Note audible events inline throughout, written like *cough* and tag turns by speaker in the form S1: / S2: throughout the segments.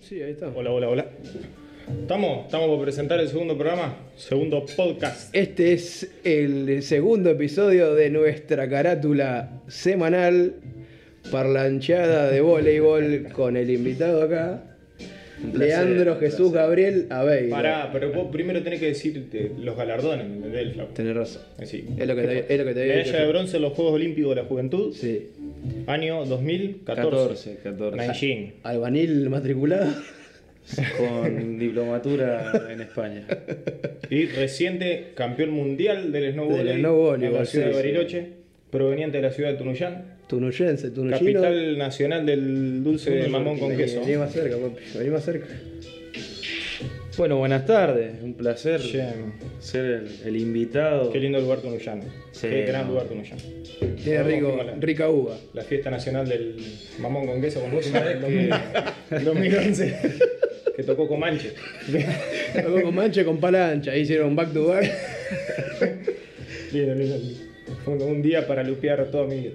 S1: Sí, ahí está.
S2: Hola, hola, hola. ¿Estamos? ¿Estamos por presentar el segundo programa? Segundo podcast.
S1: Este es el segundo episodio de nuestra carátula semanal parlanchada de voleibol con el invitado acá, Leandro Jesús Gabriel Abey.
S2: Pará, pero vos primero tenés que decirte los galardones, ¿me ¿entendés? Flaco?
S1: Tenés razón.
S2: Así.
S1: Es lo que te, es lo que te había
S2: Medalla de
S1: dicho.
S2: bronce en los Juegos Olímpicos de la Juventud,
S1: Sí.
S2: año 2014.
S3: 14, 14.
S2: Nanjing.
S1: Albanil matriculado.
S3: Con diplomatura en España.
S2: Y reciente campeón mundial del snowboard.
S1: Del snowboard,
S2: en la
S1: igual,
S2: ciudad
S1: sí,
S2: de
S1: sí.
S2: Bariloche, proveniente de la ciudad de Tunuyán,
S1: Tunuyense, tunuyino.
S2: capital nacional del dulce de mamón con queso.
S1: Vení más cerca, papi. Vení más cerca.
S3: Bueno, buenas tardes. Un placer
S2: Che,
S3: ser el, el invitado.
S2: Qué lindo lugar Tunuyán.
S3: Sí,
S2: Qué gran
S3: no.
S2: lugar Tunuyán.
S1: Tiene
S2: Vamos,
S1: rico,
S2: fíjala.
S1: rica uva.
S2: La fiesta nacional del mamón con queso con vos,
S3: sabés que-
S2: 2011, que tocó Comanche.
S1: Algo con mancha con palancha. Ahí Hicieron back to back.
S2: Lindo, lindo, lindo. Fue como un día para lupear toda mi vida.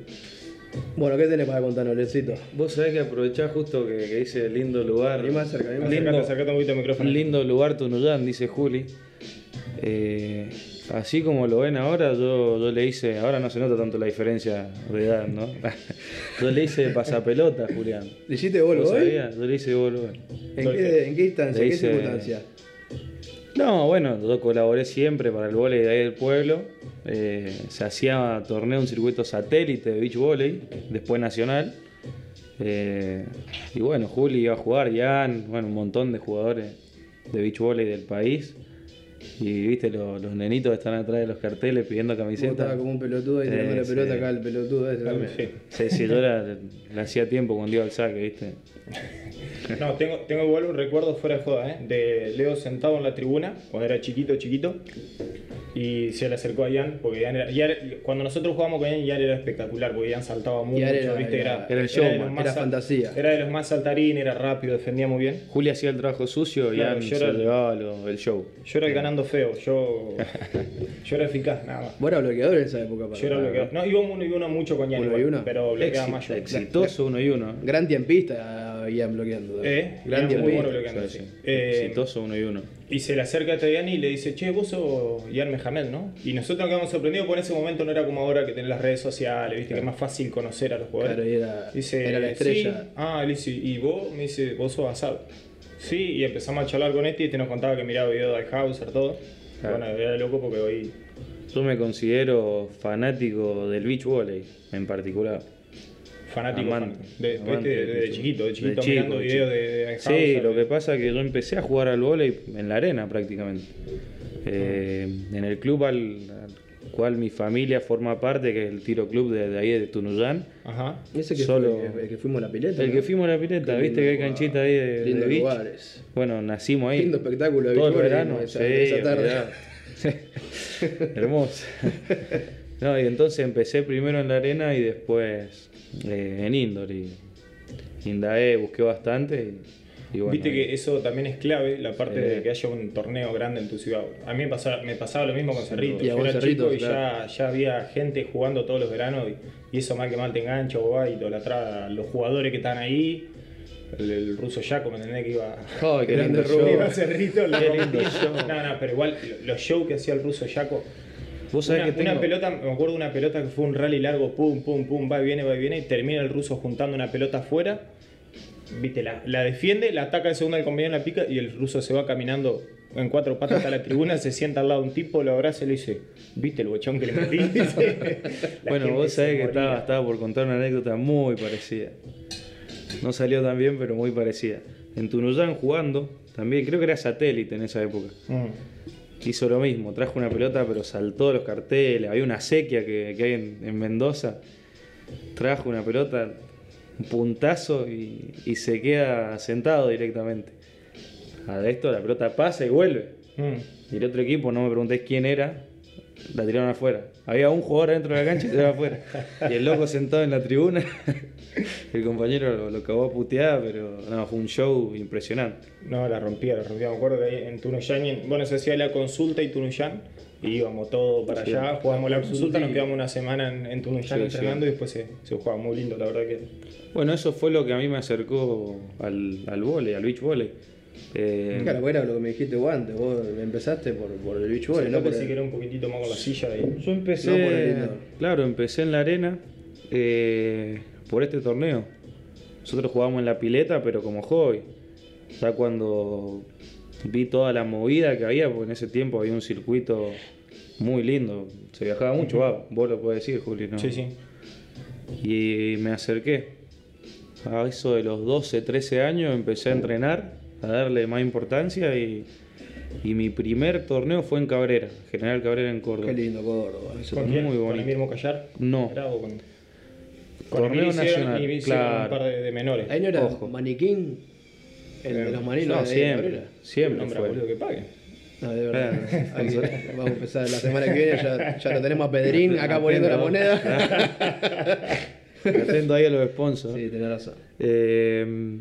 S1: Bueno, ¿qué tenés para contarnos, Lencito?
S3: Vos sabés que aprovechás justo que, que dice lindo lugar.
S1: Vení más cerca, vení más
S2: Lindo.
S3: lindo,
S2: Sacate un poquito el micrófono.
S3: lindo lugar Tunuyán, dice Juli. Eh, así como lo ven ahora, yo, yo le hice. Ahora no se nota tanto la diferencia de edad, ¿no? *laughs* yo le hice pasapelota, Julián.
S1: ¿Le hiciste gol
S3: ¿Vos
S1: hoy?
S3: sabías? Yo le hice gol.
S1: ¿En qué, en qué instancia?
S3: Le
S1: ¿Qué
S3: hice-
S1: circunstancia?
S3: No, bueno, yo colaboré siempre para el volei de ahí del pueblo. Eh, se hacía torneo, un circuito satélite de beach volley, después nacional. Eh, y bueno, Juli iba a jugar, Jan, bueno, un montón de jugadores de beach volley del país. Y viste, lo- los nenitos que están atrás de los carteles pidiendo
S1: Vos estabas
S3: camisetas.
S1: como un pelotudo ahí
S3: Sí,
S1: tirando la
S3: sí.
S1: pelota acá al pelotudo ese también.
S2: Sí.
S3: Sí, sí, yo era- le hacía tiempo cuando iba al saque, viste.
S2: No, tengo, tengo igual un recuerdo fuera de joda, ¿eh? De Leo sentado en la tribuna, cuando era chiquito, chiquito. Y se le acercó a Ian, porque Ian era, Ian- cuando nosotros jugábamos con Ian, Ian era espectacular, porque Ian saltaba mucho,
S1: era-
S2: ¿viste?
S1: era-
S3: era el
S2: de los
S3: showman,
S2: más
S1: era
S2: sal-
S1: fantasía.
S2: Era de los más saltarines, era rápido, defendía muy bien.
S3: Juli hacía el trabajo sucio y
S2: Claro,
S3: Jan
S2: yo
S3: se
S2: era-
S3: llevaba lo- el show.
S2: Yo era el ganando feo,
S1: *laughs*
S2: yo, yo era eficaz, nada más.
S1: Vos eras bloqueador en esa época, para
S2: Yo era bloqueador. No, iba uno y uno mucho con Ian
S1: Uno
S2: igual,
S1: y uno.
S2: pero bloqueaba
S3: Éxito,
S2: más yo.
S3: exitoso uno y uno.
S1: Gran tiempista habían bloqueando.
S2: Eh,
S1: Gran
S2: era muy bueno
S1: tiempista.
S2: bloqueando.
S3: Sí,
S2: sí.
S3: sí.
S2: Eh,
S3: Exitoso uno y uno.
S2: y se le acerca a este Ian y le dice, che, vos sos Ian Mehamed, ¿no? Y nosotros nos quedamos sorprendidos porque en ese momento no era como ahora que tenés las redes sociales, viste, que es más fácil conocer a los jugadores.
S1: Claro, y era,
S2: Dice,
S1: era la estrella.
S2: "Sí". Ah, le dice, ¿y vos? Me dice, vos sos Asad. Sí, y empezamos a charlar con este y este nos contaba que miraba videos de Hauser, todo.
S3: Claro.
S2: Bueno, era loco porque hoy
S3: Yo me considero fanático del beach volley en particular.
S2: fanático,
S3: Amante,
S2: fan- de,
S3: amante
S2: este, de-
S3: del
S2: de
S3: beach
S2: chiquito, de
S3: volley.
S2: chiquito
S3: De chico,
S2: mirando
S3: de
S2: videos de,
S3: chico.
S2: de
S3: Sí,
S2: Hauser.
S3: lo que pasa es que yo empecé a jugar al volley en la arena prácticamente. Eh, en el club al, al cual mi familia forma parte, que es el tiro club de, de ahí de Tunuyán.
S2: Ajá.
S1: Ese que
S3: Solo-
S1: fue el que, el que fuimos a la pileta.
S3: El
S1: ¿no?
S3: que fuimos a la pileta,
S1: Qué
S3: viste que hay
S1: lindo
S3: canchita
S1: lugar.
S3: ahí de, de
S1: Lindos
S3: beach.
S1: lugares.
S3: Bueno, nacimos ahí.
S1: Lindo espectáculo de
S3: Todo el
S1: beach volley,
S3: verano,
S1: ¿no? Esa-
S3: sí,
S1: esa tarde.
S3: olvidá.
S1: *laughs*
S3: Hermoso. No, y entonces empecé primero en la arena y después eh, en indoor. Y indagué, busqué bastante. Y, y bueno,
S2: Viste
S3: ahí- Eh.
S2: que eso también es clave, la parte
S3: Sí.
S2: de que haya un torneo grande en tu ciudad. A mí me pasaba, me pasaba lo mismo con Cerrito.
S1: Y a
S2: Yo
S1: vos
S2: era
S1: Cerrito,
S2: chico y
S1: claro.
S2: ya, ya había gente jugando todos los veranos y, y eso mal que mal te engancha, vos vas y idolatrás a los jugadores que están ahí. El, el ruso Jaco, me entendés que iba,
S3: Ay, qué
S1: Grande
S2: *laughs*
S3: lindo
S1: Rubio.
S3: show.
S2: iba a Cerrito. la
S3: Qué lindo
S2: rompía.
S3: show.
S2: No, no, pero igual lo- los shows que hacía el ruso Jaco.
S3: Vos sabés
S2: Una,
S3: que
S2: una
S3: tengo-
S2: pelota, me acuerdo una pelota que fue un rally largo, pum, pum, pum, va y viene, va y viene, y termina el ruso juntando una pelota afuera. Viste, la, la defiende, la ataca de segunda el compañero en la pica y el ruso se va caminando en cuatro patas hasta la tribuna, se sienta al lado de un tipo, lo abraza y le dice, ¿viste el bochón que le metí? *laughs* La
S3: Bueno,
S2: gente
S3: vos
S2: se
S3: sabés que
S2: moría.
S3: estaba, estaba por contar una anécdota muy parecida. No salió tan bien, pero muy parecida. En Tunuyán jugando, también creo que era satélite en esa época.
S2: Mm.
S3: Hizo lo mismo, trajo una pelota pero saltó los carteles, había una sequía que, que hay en, en Mendoza, trajo una pelota, un puntazo y, y se queda sentado directamente. A esto la pelota pasa y vuelve.
S2: Mm.
S3: Y el otro equipo, no me preguntéis quién era, la tiraron afuera. Había un jugador adentro de la cancha y se tiraron afuera. Y el loco sentado en la tribuna *laughs* El compañero lo, lo cagó a puteada, pero no, fue un show impresionante.
S2: No, la rompía, la rompía. Me acuerdo que ahí en Tunuyán, y en- bueno, se hacía la consulta y Tunuyán, y íbamos todo para
S3: Sí.
S2: allá, jugábamos la consulta, nos quedamos una semana en, en Tunuyán
S3: Sí,
S2: entrenando
S3: sí.
S2: y después se, se jugaba muy lindo, la verdad que.
S3: Bueno, eso fue lo que a mí me acercó al, al vóley, al beach volley. Eh,
S1: Claro, bueno, lo que me dijiste vos antes, vos empezaste por, por el beach volley,
S2: no
S1: no por
S2: pensé que
S1: el,
S2: era un poquitito más con la silla y
S3: Yo empecé,
S1: No por el indoor.
S3: claro, empecé en la arena eh, por este torneo. Nosotros jugábamos en la pileta, pero como hobby. Ya cuando vi toda la movida que había, porque en ese tiempo había un circuito muy lindo, se viajaba mucho, va, vos lo podés decir, Juli, ¿no?
S2: Sí, sí.
S3: Y me acerqué. A eso de los 12, 13 años empecé a entrenar, a darle más importancia y, y mi primer torneo fue en Cabrera, General Cabrera en Córdoba.
S1: Qué lindo Córdoba. eso.
S2: ¿Con
S3: muy
S2: quién? ¿Con
S3: bonito.
S2: el mismo Callar?
S3: No.
S2: Era o con, con
S3: Torneo
S2: Emilio hicieron-
S3: nacional,
S2: y hicieron
S3: claro.
S2: un par de, de menores.
S1: Ahí no era
S3: Ojo.
S1: maniquín, el de los maninos.
S3: No,
S1: de
S3: siempre,
S1: Cabrera.
S3: siempre
S2: Nombra,
S3: fue.
S2: boludo, que pague.
S1: No, de verdad.
S3: Claro.
S1: Hay que- vamos a empezar la semana que viene, ya, ya lo tenemos a Pedrín acá poniendo la moneda.
S3: Atento ahí a los sponsors.
S1: Sí, tenés razón.
S3: Eh,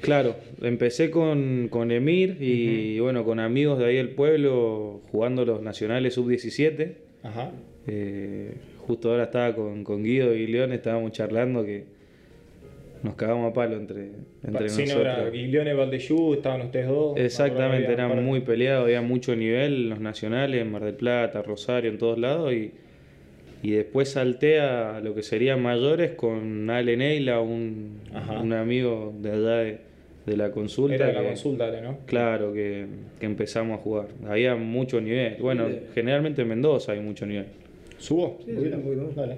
S3: claro, empecé con, con Emir y bueno, con amigos de ahí del pueblo jugando los nacionales sub-17.
S2: Ajá.
S3: Eh, justo ahora estaba con, con Guido y León, estábamos charlando que nos cagamos a palo entre, entre
S2: Sí, no, era
S3: nosotros.
S2: Guillones, Valdeyú, estaban ustedes dos.
S3: Exactamente,
S2: Ahora había
S3: era
S2: un par de-
S3: muy peleado, había mucho nivel en los nacionales, en Mar del Plata, Rosario, en todos lados. Y, y después salté a lo que serían mayores con Ale Neila, un,
S2: Ajá.
S3: un amigo de allá de, de la consulta.
S2: Era de la
S3: que-
S2: consulta, ¿no?
S3: Claro, que, que empezamos a jugar. Había mucho nivel. Bueno, generalmente en Mendoza hay mucho nivel.
S2: ¿Subo?
S1: Sí, sí, un poquito más.
S2: Dale.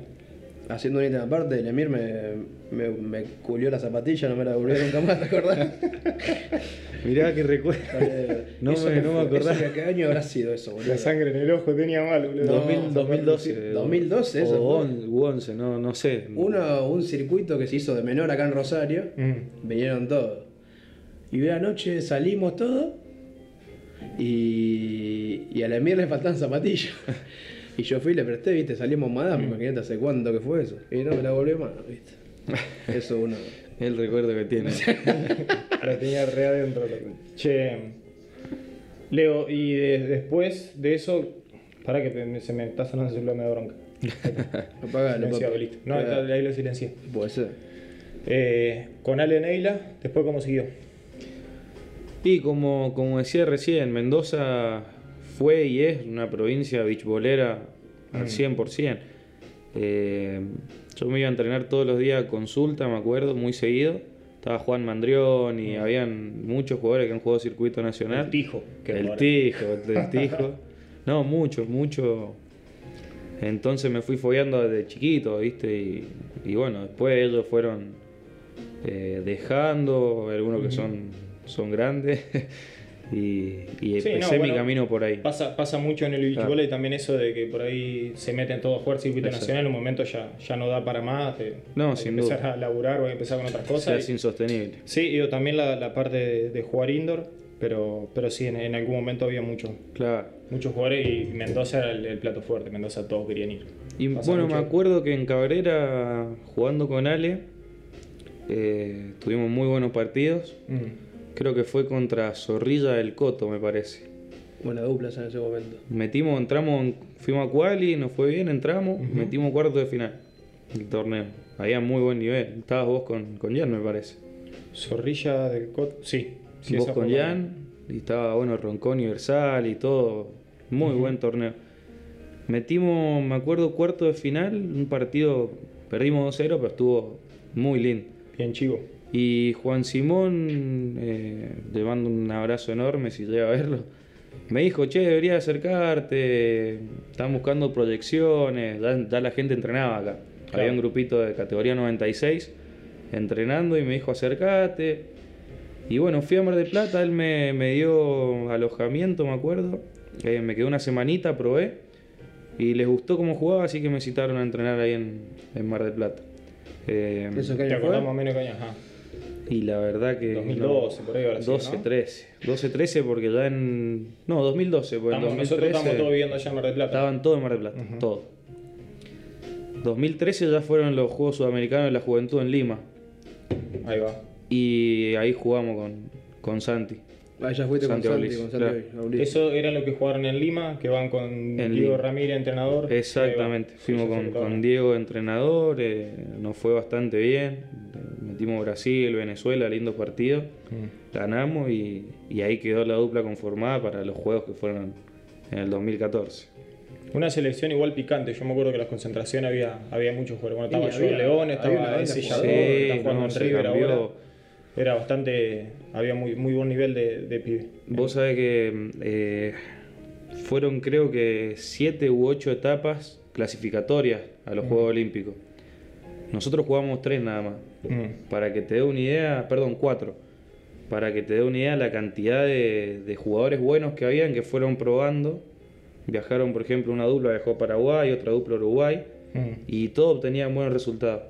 S1: Haciendo un ítem aparte, el Emir me, me, me culió la zapatilla, no me la devolvió nunca más, ¿te acordás?
S3: Mirá
S1: *laughs*
S3: que recuerdo. No
S1: Eso
S3: me-
S1: que
S3: no me
S1: fue- eso
S3: acordaba.
S1: que- ¿Qué año habrá sido eso, boludo?
S2: La sangre en el ojo tenía mal, boludo.
S1: No.
S3: 2000, 2012.
S1: 2012 eso
S3: O
S1: fue.
S3: 11, u 11, no, no sé.
S1: Uno, un circuito que se hizo de menor acá en Rosario,
S2: Mm.
S1: vinieron todos. Y una noche salimos todos y, y a la Emir le faltaban zapatillas. *laughs* Y yo fui y le presté, viste, salimos madame,
S3: Mm.
S1: imagínate hace cuánto que fue eso. Y no me la volvió más,
S3: *laughs*
S1: viste. Eso uno.
S3: El recuerdo
S1: *laughs*
S3: que tiene.
S2: La tenía re adentro. loco. Che. Leo, y de- después de eso. Pará que te- se me está sonando el celular, me da bronca.
S3: Ah,
S1: Apagalo,
S2: Silenciado,
S1: papi.
S2: listo. No, está- ahí lo silencié.
S1: Puede ser.
S2: Eh, con Ale Neila, después cómo siguió.
S3: ¿Eh? Y como, como decía recién, Mendoza fue y es una provincia bichbolera al
S1: Mm.
S3: 100%. Eh, yo me iba a entrenar todos los días a consulta, me acuerdo, muy seguido. Estaba Juan Mandrión
S1: Mm.
S3: y habían muchos jugadores que han jugado circuito nacional.
S2: El Tijo, que
S3: el
S2: ahora- *laughs*
S3: Tijo, el Tijo. No, muchos, muchos. Entonces me fui follando desde chiquito, ¿viste? Y, y bueno, después ellos fueron eh, dejando, algunos que son, son grandes. *laughs* y, y
S2: Sí, no,
S3: empecé mi
S2: bueno,
S3: camino por ahí.
S2: Pasa, pasa mucho en el beach
S3: Claro.
S2: volley también eso de que por ahí se meten todos a jugar circuito
S3: Exacto.
S2: nacional, en un momento ya, ya no da para más, te-
S3: No,
S2: hay que
S3: sin
S2: empezar
S3: duda.
S2: a laburar o hay que empezar con otras
S3: O sea,
S2: cosas.
S3: es
S2: Y-
S3: insostenible.
S2: sí, y también la, la parte de, de jugar indoor, pero, pero sí, en, en algún momento había muchos
S3: Claro.
S2: muchos jugadores y Mendoza era el, el plato fuerte, Mendoza todos querían ir.
S3: Y
S2: Pasa
S3: bueno,
S2: mucho.
S3: me acuerdo que en Cabrera, jugando con Ale, eh, tuvimos muy buenos partidos.
S2: Mm.
S3: Creo que fue contra Zorrilla del Coto, me parece.
S1: Buena dupla en ese momento.
S3: Metimos, entramos, en- fuimos a Quali, nos fue bien, entramos, metimos cuarto de final del torneo. Había muy buen nivel. Estabas vos con, con Jan, me parece.
S2: Zorrilla del Cot, sí. sí,
S3: vos
S2: esa
S3: con
S2: fue buena.
S3: Jan, y estaba bueno Roncón Universal y todo. Muy buen torneo. Metimos, me acuerdo, cuarto de final, un partido, perdimos 2-0, pero estuvo muy lindo.
S2: Bien chivo.
S3: Y Juan Simón, eh, le mando un abrazo enorme si llega a verlo, me dijo, che, deberías acercarte, están buscando proyecciones, ya, ya la gente entrenaba acá.
S2: Claro.
S3: Había un grupito de categoría 96 entrenando y me dijo, acercate. Y bueno, fui a Mar del Plata, él me, me dio alojamiento, me acuerdo. Eh, me quedé una semanita, probé. Y les gustó cómo jugaba, así que me citaron a entrenar ahí en, en Mar del Plata. Eh,
S1: ¿Eso qué
S2: Te
S1: año
S2: acordás
S1: fue?
S2: más o menos que año, ajá.
S3: y la verdad que.
S2: 2012 por ahí ahora sí, ¿no?
S3: 12, 13. 12, 13 porque ya en. No, 2012. Porque en
S2: Estamos- nosotros
S3: 2013
S2: estamos todos viviendo allá en Mar del Plata.
S3: Estaban todos en Mar del Plata, todo. 2013 ya fueron los Juegos Sudamericanos de la Juventud en Lima.
S2: Ahí va.
S3: Y ahí jugamos con, con Santi.
S1: Ah, ya fuiste con
S3: Santi
S1: Santi,
S3: Aulis,
S1: con Santi
S3: claro.
S1: Aulis, Aulis.
S2: Eso era lo que jugaron en Lima, que van con
S3: En
S2: Diego
S3: Lima.
S2: Ramírez, entrenador.
S3: Exactamente,
S2: Ahí Ah, va.
S3: fuimos
S2: Sí, sí,
S3: con,
S2: sí, claro.
S3: con Diego, entrenador, eh, nos fue bastante bien, eh, metimos Brasil, Venezuela, lindo partido,
S2: Mm.
S3: ganamos y, y ahí quedó la dupla conformada para los juegos que fueron en el 2014.
S2: Una selección igual picante. Yo me acuerdo que en las concentraciones había, había muchos jugadores. Bueno,
S1: Sí,
S2: estaba Joel
S1: había-
S2: León,
S1: había una
S2: estaba
S1: banda
S2: Ese
S1: jugando.
S2: Yador, está
S3: Sí,
S2: jugando
S3: no,
S2: en
S3: se
S2: River
S3: cambió.
S2: ahora. Era bastante. Había muy, muy buen nivel de, de pibe.
S3: Vos sabés que eh, fueron creo que siete u ocho etapas clasificatorias a los Juegos Olímpicos. Nosotros jugamos tres nada más.
S2: Mm.
S3: Para que te dé una idea, perdón, cuatro. Para que te dé una idea la cantidad de, de jugadores buenos que habían que fueron probando. Viajaron, por ejemplo, una dupla viajó a Paraguay, otra dupla a Uruguay.
S2: Mm.
S3: Y todos obtenían buenos resultados.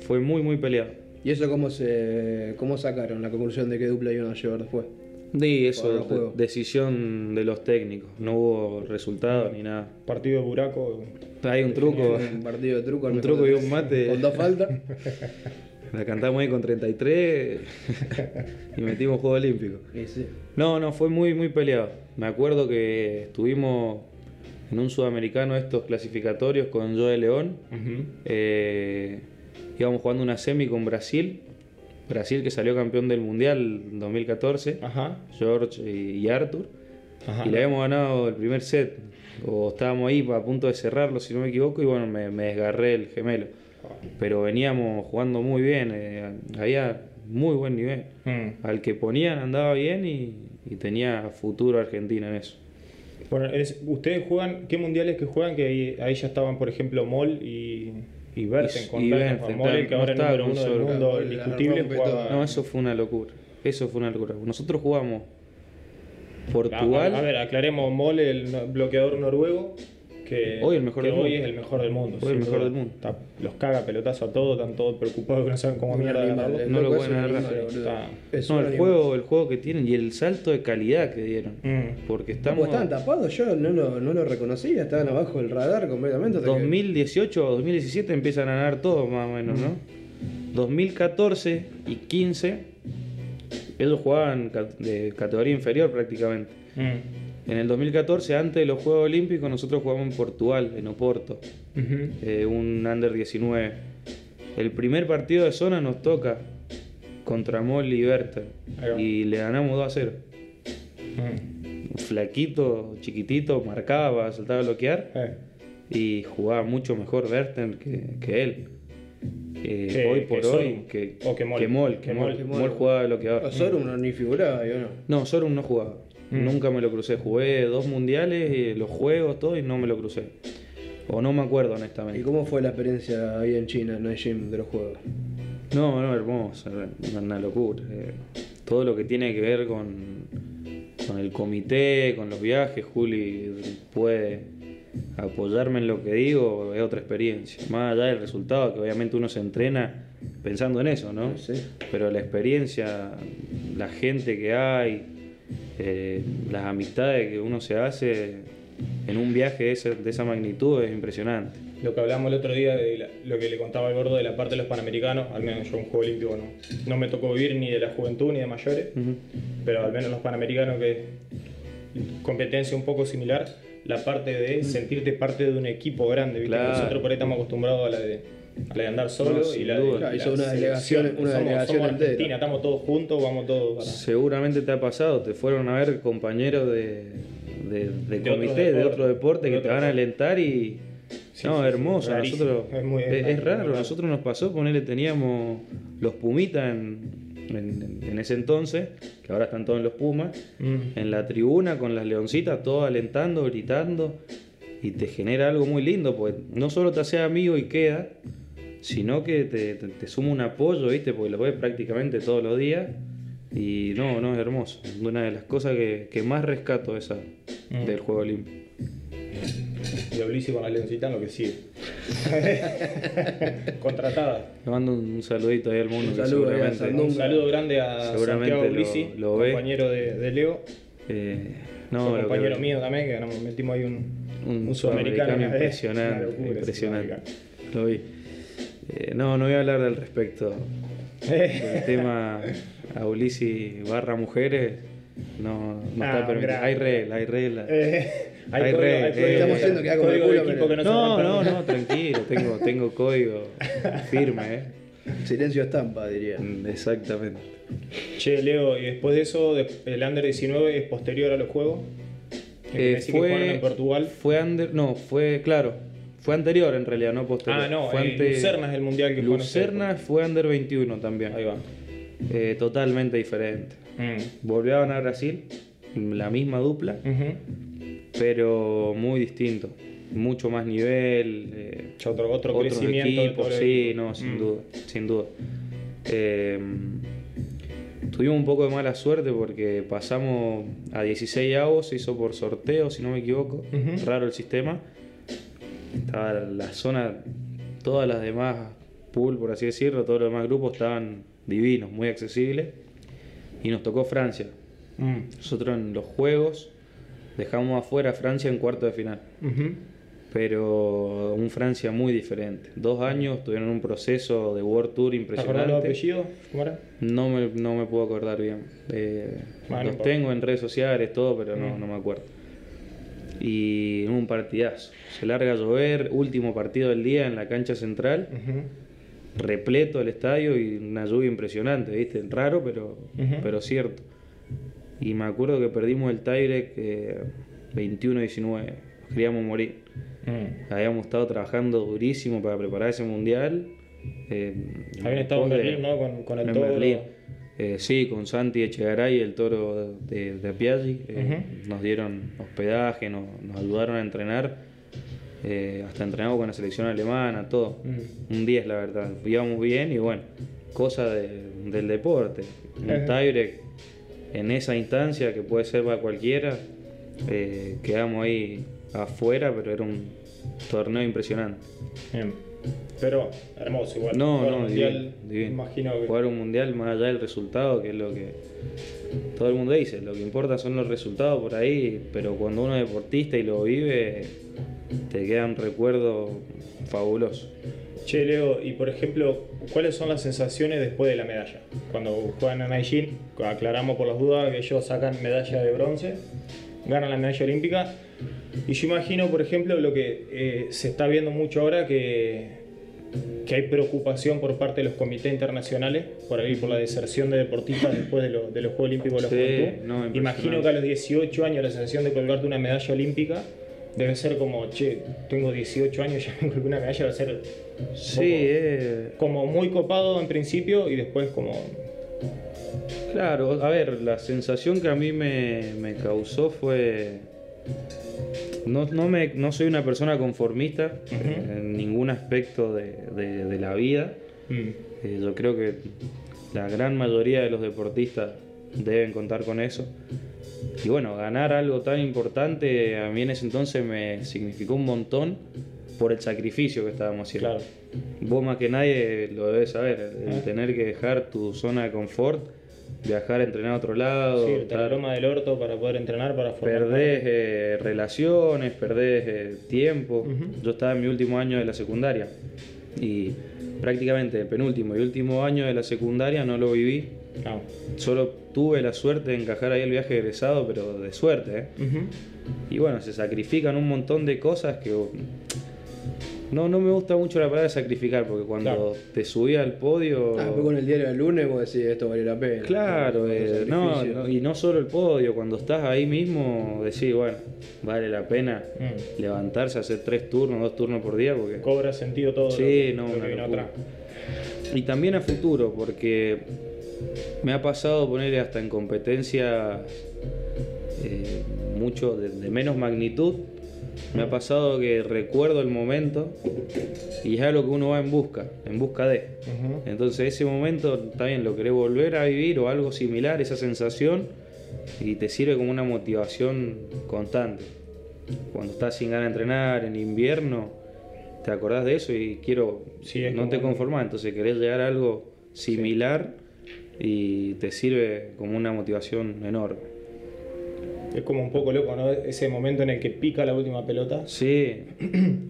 S3: Fue muy, muy peleado.
S1: ¿Y eso cómo se cómo sacaron la conclusión de qué dupla iban a llevar después?
S3: Y
S1: Para
S3: eso,
S1: los juegos.
S3: de- decisión de los técnicos. No hubo resultados ni nada.
S2: Partido de Buraco.
S3: Hay
S1: *laughs*
S3: un truco.
S1: Un partido de truco. al
S3: Un
S1: mejor
S3: truco
S1: de
S3: y
S1: tres.
S3: un mate.
S1: Con dos
S3: *laughs*
S1: faltas.
S3: La cantamos ahí con 33 *laughs* y metimos Juego Olímpico.
S1: Y sí.
S3: No, no, fue muy, muy peleado. Me acuerdo que estuvimos en un sudamericano estos clasificatorios con Joe León. Eh, íbamos jugando una semi con Brasil. Brasil que salió campeón del Mundial 2014.
S2: Ajá.
S3: George y y Arthur.
S2: Ajá.
S3: Y le habíamos ganado el primer set. O estábamos ahí a punto de cerrarlo, si no me equivoco. Y bueno, me, me desgarré el gemelo. Pero veníamos jugando muy bien. eh, había muy buen nivel.
S2: Mm.
S3: Al que ponían andaba bien y, y tenía futuro Argentina en eso.
S2: Bueno, es- ustedes juegan, ¿qué mundiales que juegan? Que ahí, ahí ya estaban, por ejemplo, Moll y, y Berten.
S3: Y-
S2: con
S3: y
S2: Berten, Juan
S3: Berten,
S2: Moll, el
S3: claro,
S2: que
S3: no
S2: ahora es
S3: estaba
S2: número
S3: con
S2: uno del
S3: solo.
S2: mundo
S1: Claro,
S2: indiscutible,
S1: la rompe
S2: jugaba-
S1: toda.
S3: No, eso fue una locura. Eso fue una locura. Nosotros jugamos
S2: A-
S3: Portugal.
S2: A, a ver, aclaremos, Moll, el no- bloqueador noruego, que
S3: Hoy el mejor
S2: que
S3: del
S2: hoy
S3: mundo.
S2: es el mejor del mundo.
S3: Hoy
S2: sin
S3: el mejor
S2: duda.
S3: del mundo.
S2: Está- los caga pelotazo a todos, están todos preocupados que no saben cómo
S1: Un
S2: mierda
S1: animal,
S2: ganarlo.
S1: el
S3: No lo
S1: loco es
S3: pueden
S1: un
S3: agarrar.
S1: animal, eh, boludo.
S2: Está-
S1: Es
S3: no,
S1: un
S3: el
S1: animal.
S3: juego, el juego que tienen y el salto de calidad que dieron.
S2: Mm.
S3: Porque estamos.
S1: Pues estaban tapados, yo no lo, no lo reconocía, estaban abajo del radar completamente. hasta que-
S3: 2018 o 2017 empiezan a ganar todos más o menos, ¿no?
S2: Mm.
S3: 2014 y 15 ellos jugaban ca- de categoría inferior prácticamente.
S2: Mm.
S3: En el 2014, antes de los Juegos Olímpicos, nosotros jugamos en Portugal, en Oporto,
S2: Ujú.
S3: eh, un under 19. El primer partido de zona nos toca contra Mol y Berta
S2: Ahí va.
S3: y le ganamos 2 a 0.
S2: Mm.
S3: Flaquito, chiquitito, marcaba, saltaba a bloquear.
S2: Eh.
S3: y jugaba mucho mejor Berten que, que él. Eh,
S2: Que-
S3: hoy por
S2: que
S3: hoy,
S2: Sorum.
S3: que,
S2: O que Mol.
S3: Mol, que
S2: Que
S3: Mol.
S2: Mol.
S1: Que
S3: Mol
S1: Mol.
S3: jugaba de bloqueador.
S1: Ah, Sorum no ni figuraba, yo no.
S3: No, Sorum no jugaba.
S2: Mm.
S3: Nunca me lo crucé. Jugué dos mundiales, eh, los juegos, todo, y no me lo crucé. O no me acuerdo,
S1: ¿Y
S3: honestamente.
S1: cómo fue la experiencia ahí en China, en el gym de los juegos?
S3: No, no, hermoso. era Una locura. eh. todo lo que tiene que ver con, con el comité, con los viajes, Juli puede apoyarme en lo que digo, es otra experiencia. Más allá del resultado, que obviamente uno se entrena pensando en eso, ¿no?
S1: Sí.
S3: Pero la experiencia, la gente que hay, eh, las amistades que uno se hace en un viaje de esa, de esa magnitud es impresionante.
S2: Lo que hablamos el otro día de la- lo que le contaba el gordo de la parte de los panamericanos, al menos yo un juego olímpico no, no me tocó vivir ni de la juventud ni de mayores,
S3: Ujú.
S2: pero al menos los panamericanos que competencia un poco similar, la parte de sentirte parte de un equipo grande, ¿viste?
S3: Claro.
S2: nosotros por ahí estamos acostumbrados a la de, a la de andar solo
S3: No,
S2: y
S3: sin
S2: la de
S3: duda.
S2: la
S1: Claro, hizo una
S2: selección.
S1: delegación- una
S2: somos,
S1: delegación
S2: somos
S1: entera.
S2: Argentina, estamos todos juntos, vamos todos para-
S3: Seguramente te ha pasado, te fueron a ver compañeros de, de- de
S2: De otros
S3: comité, de
S2: deportes,
S3: otro deporte
S2: de
S3: que
S2: otro
S3: te van a
S2: deporte.
S3: alentar y...
S2: Sí,
S3: no,
S2: sí, sí,
S3: hermoso, a
S2: rarísimo.
S3: nosotros...
S2: Es muy-
S3: es, es raro,
S2: raro.
S3: a nosotros nos pasó, ponele, teníamos los Pumitas en, en- en ese entonces, que ahora están todos en los Pumas,
S2: Mm. *laughs*
S3: en la tribuna con las leoncitas, todos alentando, gritando, y te genera algo muy lindo, pues no solo te hace amigo y queda, sino que te, te- te suma un apoyo, ¿viste? Porque lo ves prácticamente todos los días. Y no, no, es hermoso. Una de las cosas que, que más rescato esa
S2: Mm.
S3: del Juego Olímpico.
S2: Y Oblisi con la leoncita en lo que sigue. *laughs* Contratada.
S3: Le mando un, un saludito ahí al mundo.
S1: Un
S3: que
S1: saludo ahí a
S3: seguramente-
S1: Sandunga.
S2: Un saludo grande a
S3: Seguramente
S2: Santiago
S3: lo-
S2: Oblisi,
S3: lo ve.
S2: compañero de, de Leo.
S3: eh,
S2: Fue
S3: no, lo
S2: compañero
S3: que-
S2: mío también, que nos metimos ahí un,
S3: Un,
S2: un
S3: sudamericano,
S2: una vez.
S3: impresionante.
S2: Una locura,
S3: impresionante.
S2: sudamericano.
S3: Lo vi. Eh, no, no voy a hablar al respecto el tema a Ulisi barra mujeres no, no
S2: Ah,
S3: está permitido.
S2: grave.
S3: Hay reglas, hay reglas.
S2: Eh, *laughs* hay
S3: Hay
S2: código-
S3: re-
S2: hay
S3: eh,
S2: código-
S1: estamos yendo que haga como el
S2: código de
S1: culo,
S2: equipo
S1: pero-
S2: que no se
S3: No,
S2: rompan.
S3: no, no, tranquilo, tengo, tengo
S2: *laughs*
S3: código firme, eh.
S1: Silencio estampa, diría.
S3: Mm, Exactamente.
S2: Che, Leo, y después de eso, de- el Under 19 es posterior a los juegos. El que
S3: Eh,
S2: Messi que jugaron en Portugal.
S3: Fue under- no, fue, claro, fue anterior en realidad, no posterior.
S2: Ah, no,
S3: fue
S2: eh,
S3: ante-
S2: Lucerna es el mundial que jugaron ustedes.
S3: Lucerna fue under 21 también.
S2: Ahí va.
S3: Eh, totalmente diferente.
S2: Mm.
S3: Volvió a ganar Brasil, la misma dupla,
S2: Ujú.
S3: pero muy distinto. Mucho más nivel. eh,
S2: Ya Otro, otro
S3: otros
S2: crecimiento. de
S3: equipos,
S2: todo el
S3: sí,
S2: equipo.
S3: no, sin
S2: Mm.
S3: duda, sin duda. Eh, tuvimos un poco de mala suerte porque pasamos a 16 avos, se hizo por sorteo, si no me equivoco,
S2: Ujú.
S3: raro el sistema. Estaba la zona, todas las demás pool, por así decirlo, todos los demás grupos estaban divinos, muy accesibles. Y nos tocó Francia.
S2: Mm.
S3: Nosotros en los juegos dejamos afuera a Francia en cuarto de final
S2: Ujú.
S3: pero un Francia muy diferente. Dos años tuvieron un proceso de World Tour
S2: ¿Te acordás los
S3: impresionante.
S2: apellidos? ¿Cómo era?
S3: No me, no me puedo acordar bien. Eh,
S2: Bueno,
S3: los
S2: no importa.
S3: tengo en redes sociales, todo, pero no,
S2: Mm.
S3: no me acuerdo. Y un partidazo. Se larga a llover, último partido del día en la cancha central,
S2: Ujú.
S3: repleto el estadio y una lluvia impresionante, ¿viste? Raro, pero,
S2: Ujú.
S3: pero cierto. Y me acuerdo que perdimos el tiebreak eh, 21-19. Nos Queríamos morir.
S2: Mm.
S3: Habíamos estado trabajando durísimo para preparar ese mundial. eh,
S2: Habían estado en
S3: pos de-
S2: Berlín, ¿no? Con, con el
S3: en
S2: Toro.
S3: Berlín. Eh, sí, con Santi Echegaray y el toro de, de Piaggi. eh, Nos dieron hospedaje, no- nos, ayudaron a entrenar. eh, hasta entrenamos con la selección alemana, todo.
S2: Mm.
S3: Un 10, la verdad. Íbamos bien y bueno, cosa de- del deporte. Un
S2: Ajá.
S3: tiebreak en esa instancia que puede ser para cualquiera. eh, quedamos ahí afuera, pero era un torneo impresionante.
S2: Bien. Pero hermoso igual.
S3: No,
S2: Jugar
S3: no,
S2: mundial,
S3: divino, divino.
S2: Imagino que.
S3: Jugar un mundial más allá del resultado, que es lo que todo el mundo dice, lo que importa son los resultados por ahí, pero cuando uno es deportista y lo vive, te queda un recuerdo fabuloso.
S2: Che, Leo, y por ejemplo, ¿cuáles son las sensaciones después de la medalla? Cuando juegan a Naijin, aclaramos por las dudas que ellos sacan medalla de bronce, ganan la medalla olímpica. Y yo imagino, por ejemplo, lo que eh, se está viendo mucho ahora, que, que hay preocupación por parte de los comités internacionales, por ahí por la deserción de deportistas después de, lo- de los Juegos Olímpicos de la
S3: Sí,
S2: Juventud.
S3: no, impresionante.
S2: imagino que a los 18 años la sensación de colgarte una medalla olímpica debe ser como, che, tengo 18 años, *laughs* ya me colgué una medalla, va a ser
S3: Sí, eh,
S2: como muy copado en principio y después como...
S3: Claro, a ver, la sensación que a mí me, me causó fue... No, no, me, no soy una persona conformista
S2: Ujú.
S3: en ningún aspecto de, de- de la vida.
S2: mm,
S3: Eh, yo creo que la gran mayoría de los deportistas deben contar con eso. Y bueno, ganar algo tan importante a mí en ese entonces me significó un montón por el sacrificio que estábamos haciendo.
S2: claro.
S3: Vos más que nadie lo debes saber, el
S2: Ah.
S3: tener que dejar tu zona de confort, viajar, entrenar a otro lado,
S2: Sí, el
S3: estar-
S2: aroma del orto para poder entrenar, para formar...
S3: perdés eh, relaciones, perdés eh, tiempo.
S2: Ujú.
S3: Yo estaba en mi último año de la secundaria y prácticamente el penúltimo y último año de la secundaria no lo viví.
S2: No.
S3: Solo tuve la suerte de encajar ahí el viaje de egresado, pero de suerte, ¿eh?
S2: Ujú.
S3: Y bueno, se sacrifican un montón de cosas que... oh, No, no me gusta mucho la palabra sacrificar, porque cuando
S2: Claro.
S3: te subí al podio...
S1: Ah, después con el diario del lunes vos decís esto valió la pena.
S3: Claro,
S1: Otro
S3: eh,
S1: sacrificio.
S3: no, no, y no solo el podio, cuando estás ahí mismo decís, bueno, vale la pena
S2: Mm.
S3: levantarse, hacer tres turnos, dos turnos por día, porque...
S2: Cobra sentido todo
S3: Sí,
S2: lo que,
S3: no,
S2: lo que
S3: una
S2: vino
S3: locura.
S2: atrás.
S3: Y también a futuro, porque me ha pasado poner hasta en competencia eh, mucho de, de menos magnitud. Me ha pasado que recuerdo el momento y es algo que uno va en busca, en busca de.
S2: Ujú.
S3: Entonces ese momento también lo querés volver a vivir o algo similar, esa sensación, y te sirve como una motivación constante. Cuando estás sin ganas de entrenar en invierno, te acordás de eso y quiero,
S2: Sí, es
S3: no
S2: como
S3: te
S2: un-
S3: conformás, entonces querés llegar a algo similar y te sirve como una motivación enorme.
S2: Es como un poco loco, ¿no? Ese momento en el que pica la última pelota.
S3: Sí,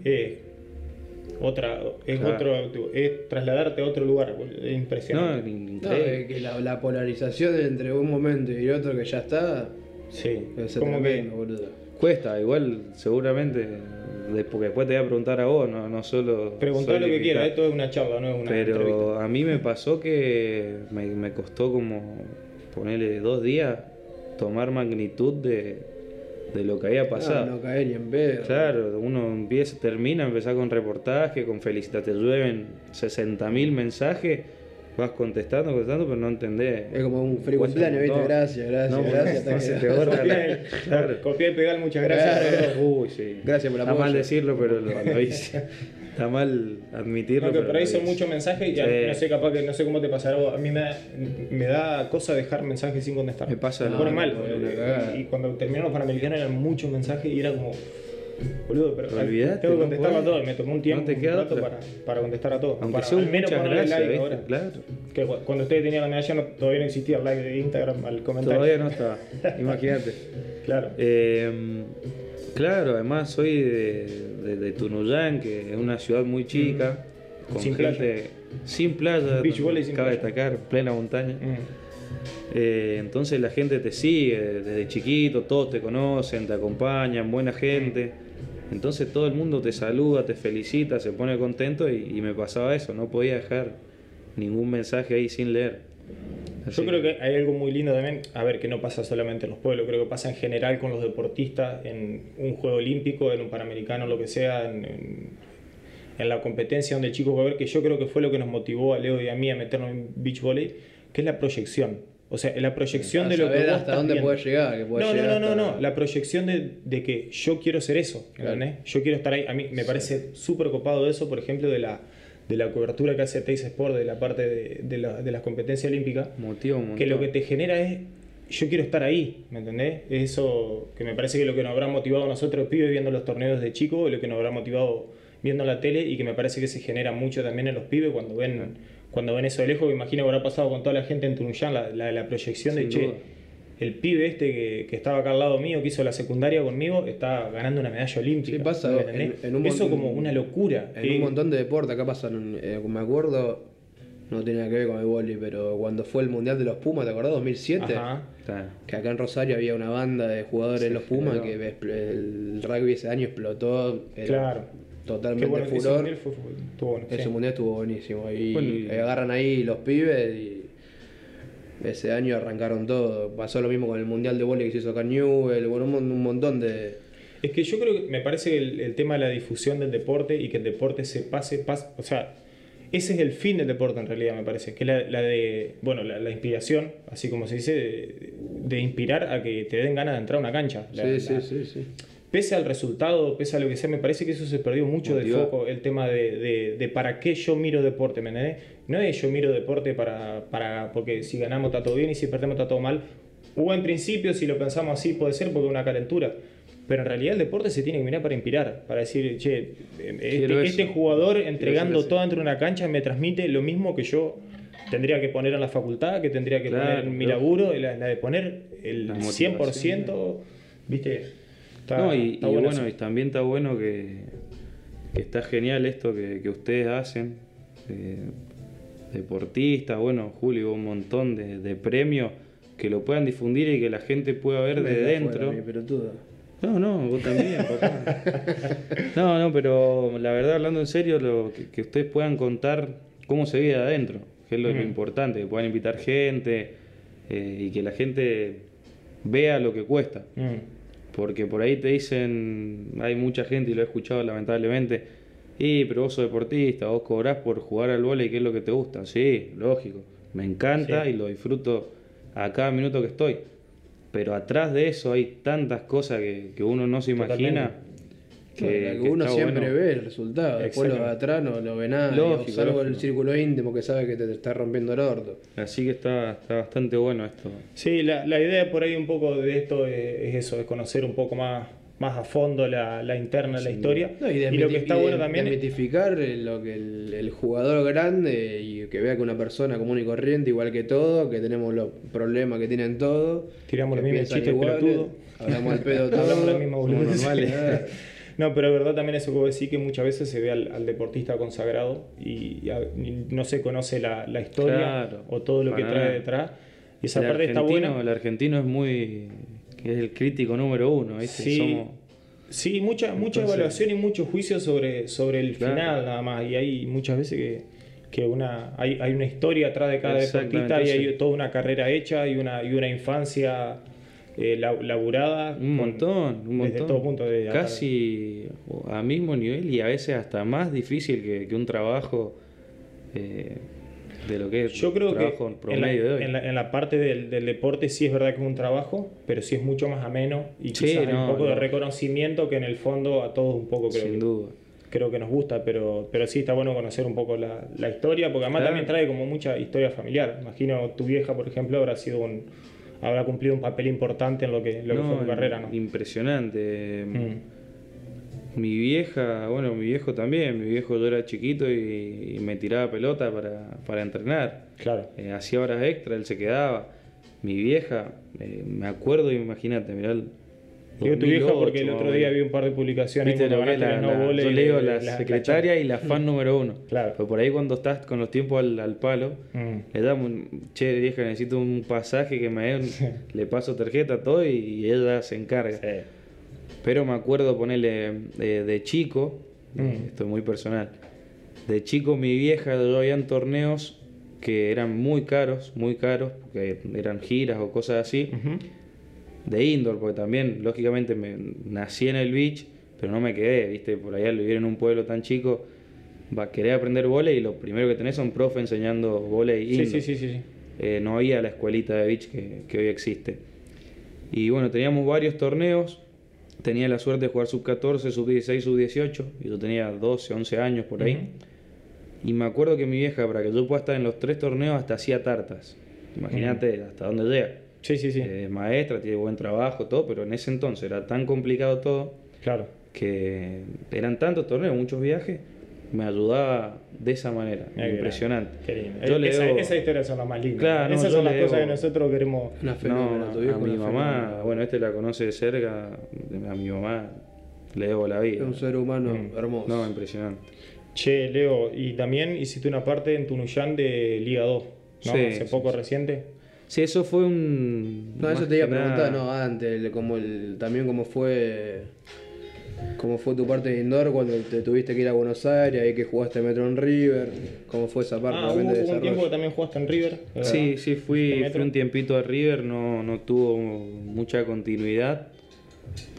S2: Eh, Otra, es
S3: Claro.
S2: otro, es trasladarte a otro lugar, boludo, es
S3: No,
S2: impresionante.
S3: in-
S1: No,
S2: eh,
S3: increíble.
S1: es que la, la polarización entre un momento y el otro que ya está,
S2: sí,
S1: es
S2: como que
S1: tremendo, boludo.
S3: Cuesta, igual seguramente, de- porque después te voy a preguntar a vos, no, no solo...
S2: preguntá lo que quieras,
S3: quieras
S2: esto es una charla, no es una
S3: Pero
S2: entrevista.
S3: a mí me pasó que me, me costó como ponerle dos días tomar magnitud de, de lo que había pasado.
S1: Ah, No, no caer ni en pedo.
S3: Claro, uno empieza, termina, empezás con reportaje, con felicidad, te llueven 60.000 mensajes, vas contestando, contestando, pero no entendés.
S1: Es como un free
S3: Cuesta
S1: cumpleaños,
S3: un
S1: ¿viste?
S3: montón.
S1: Gracias, gracias,
S3: No,
S1: gracias.
S3: no,
S1: hasta
S3: no
S1: que-
S3: se
S1: *laughs*
S3: te borra la- Claro.
S2: Copiá y pegar, muchas gracias.
S1: Claro.
S3: Uy, sí.
S1: Gracias por el
S3: Está mal
S1: apoyo.
S3: decirlo, pero lo,
S1: *laughs*
S3: lo hice. Está mal admitirlo.
S2: No, que
S3: pero
S2: por ahí
S3: lo
S2: son
S3: hice.
S2: muchos mensajes y a-
S3: Sí.
S2: no sé capaz que no sé cómo te pasará. a vos. A mí me da, me da cosa dejar mensajes sin contestar.
S3: Me pasa
S2: me
S3: lo-
S2: pone mal.
S1: no,
S2: boludo.
S1: una cagada.
S2: y cuando terminaron los panamericanos eran muchos mensajes y era como boludo, pero
S3: Olvidate,
S2: tengo que
S3: no
S2: contestar a
S3: podés.
S2: todos, me tomó un tiempo
S3: No te
S2: un
S3: queda
S2: rato
S3: otra.
S2: para, para contestar a todos.
S3: Aunque
S2: para,
S3: sea
S2: al
S3: un
S2: menos
S3: muchas
S2: ponerle
S3: gracias,
S2: like
S3: ¿viste?
S2: ahora.
S3: claro.
S2: Que cu- cuando ustedes tenían la medalla no- todavía no existía el like de Instagram al comentario.
S3: Todavía no estaba, imagínate.
S2: *laughs* Claro.
S3: Eh, claro, además soy de, de, de Tunuyán, que es una ciudad muy chica, con
S2: Mm. Sin
S3: gente
S2: playa.
S3: sin playa,
S2: Beach volley sin
S3: cabe
S2: playa.
S3: destacar, plena montaña.
S2: Mm.
S3: Eh, entonces la gente te sigue desde chiquito, todos te conocen, te acompañan, buena gente. Entonces todo el mundo te saluda, te felicita, se pone contento y, y me pasaba eso, no podía dejar ningún mensaje ahí sin leer. Así
S2: Yo creo que hay algo muy lindo también, a ver, que no pasa solamente en los pueblos, creo que pasa en general con los deportistas, en un juego olímpico, en un panamericano, lo que sea, en, en- en la competencia donde el chico va a ver, que yo creo que fue lo que nos motivó a Leo y a mí a meternos en beach volley, que es la proyección. O sea, la proyección
S1: A
S2: de lo que
S1: saber
S2: vos
S1: hasta
S2: estás
S1: dónde
S2: viendo.
S1: puedes llegar. Que podés
S2: No, no,
S1: llegar
S2: no, no,
S1: hasta-
S2: no. La proyección de, de que yo quiero ser eso, ¿entendés? Yo quiero estar ahí. A mí me parece súper copado eso, por ejemplo, de la, de la cobertura que hace Teis Sport de la parte de, de la- de las competencias olímpicas,
S3: motiva un
S2: que lo que
S3: montón.
S2: te genera es yo quiero estar ahí, ¿me entendés? Es eso que me parece que es lo que nos habrá motivado a nosotros pibes viendo los torneos de chico, lo que nos habrá motivado viendo la tele y que me parece que se genera mucho también en los pibes cuando ven cuando ven eso de lejos, me imagino que habrá pasado con toda la gente en Tunuyán, la, la, la proyección de
S3: Sin
S2: che,
S3: duda.
S2: el pibe este que, que estaba acá al lado mío, que hizo la secundaria conmigo, está ganando una medalla olímpica.
S1: Sí, pasa
S2: ¿me
S1: en-
S2: entendés?
S1: en un
S2: eso
S1: montón-
S2: como una locura.
S1: En
S2: eh,
S1: un montón de deportes, acá pasan, eh, me acuerdo, no tiene nada que ver con el vóley, pero cuando fue el Mundial de los Pumas, ¿te acordás? 2007.
S2: Ajá.
S3: Está.
S1: Que acá en Rosario había una banda de jugadores de los Pumas que expl- el rugby ese año explotó. era
S2: Claro. Qué
S1: Totalmente
S2: bueno, que ese
S1: furor.
S2: mundial fue- fue- estuvo bueno,
S1: Ese
S2: sí.
S1: mundial estuvo buenísimo. Y
S3: Bueno, y-
S1: eh, agarran ahí los pibes y ese año arrancaron todo. Pasó lo mismo con el mundial de vóley que se hizo acá en Newell, bueno, un, mon- un montón de.
S2: Es que yo creo que me parece que el, el tema de la difusión del deporte y que el deporte se pase, pase o sea, ese es el fin del deporte en realidad, me parece, que es la, la de, bueno, la, la inspiración, así como se dice, de, de inspirar a que te den ganas de entrar a una cancha. La-
S1: sí,
S2: la-
S1: sí, sí, sí.
S2: Pese al resultado, pese a lo que sea, me parece que eso se perdió mucho de
S3: Motivar.
S2: foco, el tema de, de- de para qué yo miro deporte, ¿me entendés? No es yo miro deporte para, para, porque si ganamos está todo bien y si perdemos está todo mal. O en principio, si lo pensamos así, puede ser porque es una calentura. Pero en realidad el deporte se tiene que mirar para inspirar, para decir, che,
S3: Quiero
S2: este, este
S3: eso.
S2: jugador entregando
S3: eso.
S2: todo dentro de una cancha me transmite lo mismo que yo tendría que poner en la facultad, que tendría que
S3: Claro,
S2: poner en mi
S3: claro.
S2: laburo, la, la de poner el
S3: La
S2: 100%, ¿viste? Está-
S3: no, y,
S2: está
S3: y
S2: bueno
S3: bueno,
S2: eso.
S3: y también está bueno que, que está genial esto que, que ustedes hacen. eh, deportistas, bueno, Julio, un montón de, de premios que lo puedan difundir y que la gente pueda ver de dentro.
S1: pero
S3: No, no, vos
S2: *laughs*
S3: también, papá. No, no, pero la verdad, hablando en serio, lo que, que ustedes puedan contar cómo se vive de adentro, que es lo, lo
S2: Mm.
S3: importante, que puedan invitar gente eh, y que la gente vea lo que cuesta.
S2: Mm.
S3: Porque por ahí te dicen, hay mucha gente y lo he escuchado lamentablemente, y pero vos sos deportista, vos cobrás por jugar al vóley, que es lo que te gusta. Sí, lógico, me encanta
S2: Sí.
S3: y lo disfruto a cada minuto que estoy. Pero atrás de eso hay tantas cosas que, que uno no se imagina.
S1: Que, uno
S3: está
S1: siempre
S3: bueno.
S1: ve el resultado, después lo de
S2: Exacto.
S1: atrás no lo ve nada,
S3: Lógico,
S1: digo, salvo el
S3: lógico.
S1: círculo íntimo que sabe que te, te está rompiendo el orto.
S3: Así que está, está bastante bueno esto.
S2: Sí, la, la idea por ahí un poco de esto es, es eso, es conocer un poco más, más a fondo la, la interna, la historia.
S1: No,
S2: y,
S1: desmiti-
S2: lo que está
S1: y
S2: bueno
S1: de-
S2: también es...
S1: desmitificar eh, lo que el, el jugador grande y que vea que una persona común y corriente, igual que todo, que tenemos los problemas que tienen todos.
S2: Tiramos
S1: que
S2: los mismos
S1: piensan
S2: chistes
S1: iguales,
S2: pelotudos.
S1: *laughs* Hablamos el pedo todo. ¿eh?
S2: Hablamos la misma
S3: Somos
S2: boludez.
S1: *laughs*
S3: normales.
S2: *laughs* No, pero es verdad también eso que vos decís, que muchas veces se ve al, al deportista consagrado y, y a- y no se conoce la, la historia
S3: Claro.
S2: o todo lo que
S3: Para
S2: trae
S3: nada.
S2: detrás. Y esa
S3: el
S2: parte está
S3: argentino-
S2: buena.
S3: El argentino es muy. que es el crítico número uno, ¿viste?
S2: Sí,
S3: Somos-
S2: sí mucha, mucha
S3: Entonces-
S2: evaluación y mucho juicio sobre, sobre el
S3: Claro.
S2: final nada más. Y hay muchas veces que, que una, hay, hay una historia atrás de cada
S3: Exactamente,
S2: deportista y hay
S3: entonces-
S2: toda una carrera hecha y una, y una infancia eh, la- laburada.
S3: un
S2: con-
S3: montón, un
S2: desde
S3: montón.
S2: todo punto de vista.
S3: Casi a mismo nivel y a veces hasta más difícil que, que un trabajo eh, de lo que es
S2: Yo creo que
S3: trabajo
S2: en la,
S3: promedio de hoy.
S2: en la- en la parte del, del deporte sí es verdad que es un trabajo, pero sí es mucho más ameno y
S3: Sí,
S2: quizás hay un
S3: no,
S2: poco de
S3: no.
S2: reconocimiento que en el fondo a todos un poco creo
S3: sin
S2: que-
S3: duda.
S2: creo que nos gusta, pero, pero sí está bueno conocer un poco la, la historia, porque además
S3: Claro.
S2: también trae como mucha historia familiar. Imagino tu vieja, por ejemplo, habrá sido un, habrá cumplido un papel importante en lo que, lo que fue
S3: No,
S2: tu carrera, ¿no?
S3: Impresionante.
S2: Mm.
S3: Mi vieja, bueno, mi viejo también. Mi viejo yo era chiquito y, y me tiraba pelota para, para entrenar.
S2: Claro.
S3: Eh, hacía horas extra, él se quedaba. Mi vieja, eh, me acuerdo, imagínate, mirá. el
S2: Digo tu vieja
S3: 2008,
S2: porque el
S3: más
S2: otro
S3: o
S2: día
S3: menos.
S2: vi un par de publicaciones
S3: Viste
S2: cuando
S3: lo que es
S2: ganaste
S3: la-
S2: los no
S3: la-
S2: voleys
S3: yo leo
S2: de-
S3: la, Mm. secretaria y la fan número uno.
S2: Claro.
S3: Pero por ahí cuando estás con los tiempos al, al palo,
S2: Mm.
S3: le damos, un- che vieja, necesito un pasaje que me den, le paso tarjeta, todo y, y ella se encarga. Pero me acuerdo ponerle eh, de chico,
S2: Mm.
S3: eh, esto es muy personal, de chico mi vieja, yo habían torneos que eran muy caros, muy caros, porque eran giras o cosas así
S2: Ujú.
S3: de indoor, porque también, lógicamente, me nací en el beach, pero no me quedé, ¿viste? Por allá al vivir en un pueblo tan chico, va a querer aprender volei y lo primero que tenés son profe enseñando volei
S2: Sí,
S3: indoor.
S2: sí, sí, sí, sí.
S3: Eh, no había la escuelita de beach que, que hoy existe. Y bueno, teníamos varios torneos, tenía la suerte de jugar sub-14, sub-16, sub-18, y yo tenía 12, 11 años por ahí. Y me acuerdo que mi vieja, para que yo pueda estar en los tres torneos, hasta hacía tartas. Imagínate hasta dónde llega.
S2: Sí, sí, sí.
S3: Eh, es maestra, tiene buen trabajo, todo, pero en ese entonces era tan complicado todo
S2: Claro.
S3: que eran tantos torneos, muchos viajes, me ayudaba de esa manera,
S2: Mirá qué
S3: impresionante.
S2: grande. Qué lindo.
S3: Yo
S2: Eh,
S3: le
S2: esa-
S3: debo-
S2: Esas historias son las más lindas.
S3: Claro, no,
S2: Esas
S3: yo
S2: son las
S3: le
S2: cosas que
S3: debo-
S2: nosotros queremos.
S1: Una
S3: No,
S1: fenómena, tu viejo
S3: a
S1: una
S3: mi mamá,
S1: fenómena.
S3: bueno, este la conoce de cerca, a mi mamá le debo la
S1: Es
S3: vida.
S1: un ser humano hermoso.
S3: No, impresionante.
S2: Che, Leo, y también hiciste una parte en Tunuyán de Liga 2, ¿no?
S3: Sí,
S2: Hace
S3: sí,
S2: poco reciente.
S3: Sí, eso fue un...
S1: No, eso
S3: más
S1: te iba a
S3: que nada-
S1: preguntar, no, antes, el- como el, también cómo fue cómo fue tu parte de indoor cuando te tuviste que ir a Buenos Aires, ahí que jugaste Metro en River, cómo fue esa parte
S2: Ah, hubo,
S1: también de
S2: hubo un tiempo que
S1: desarrollo.
S2: también jugaste en River. ¿verdad? Este
S3: Sí, sí, fui,
S2: Metro.
S3: fui un tiempito a River, no, no tuvo mucha continuidad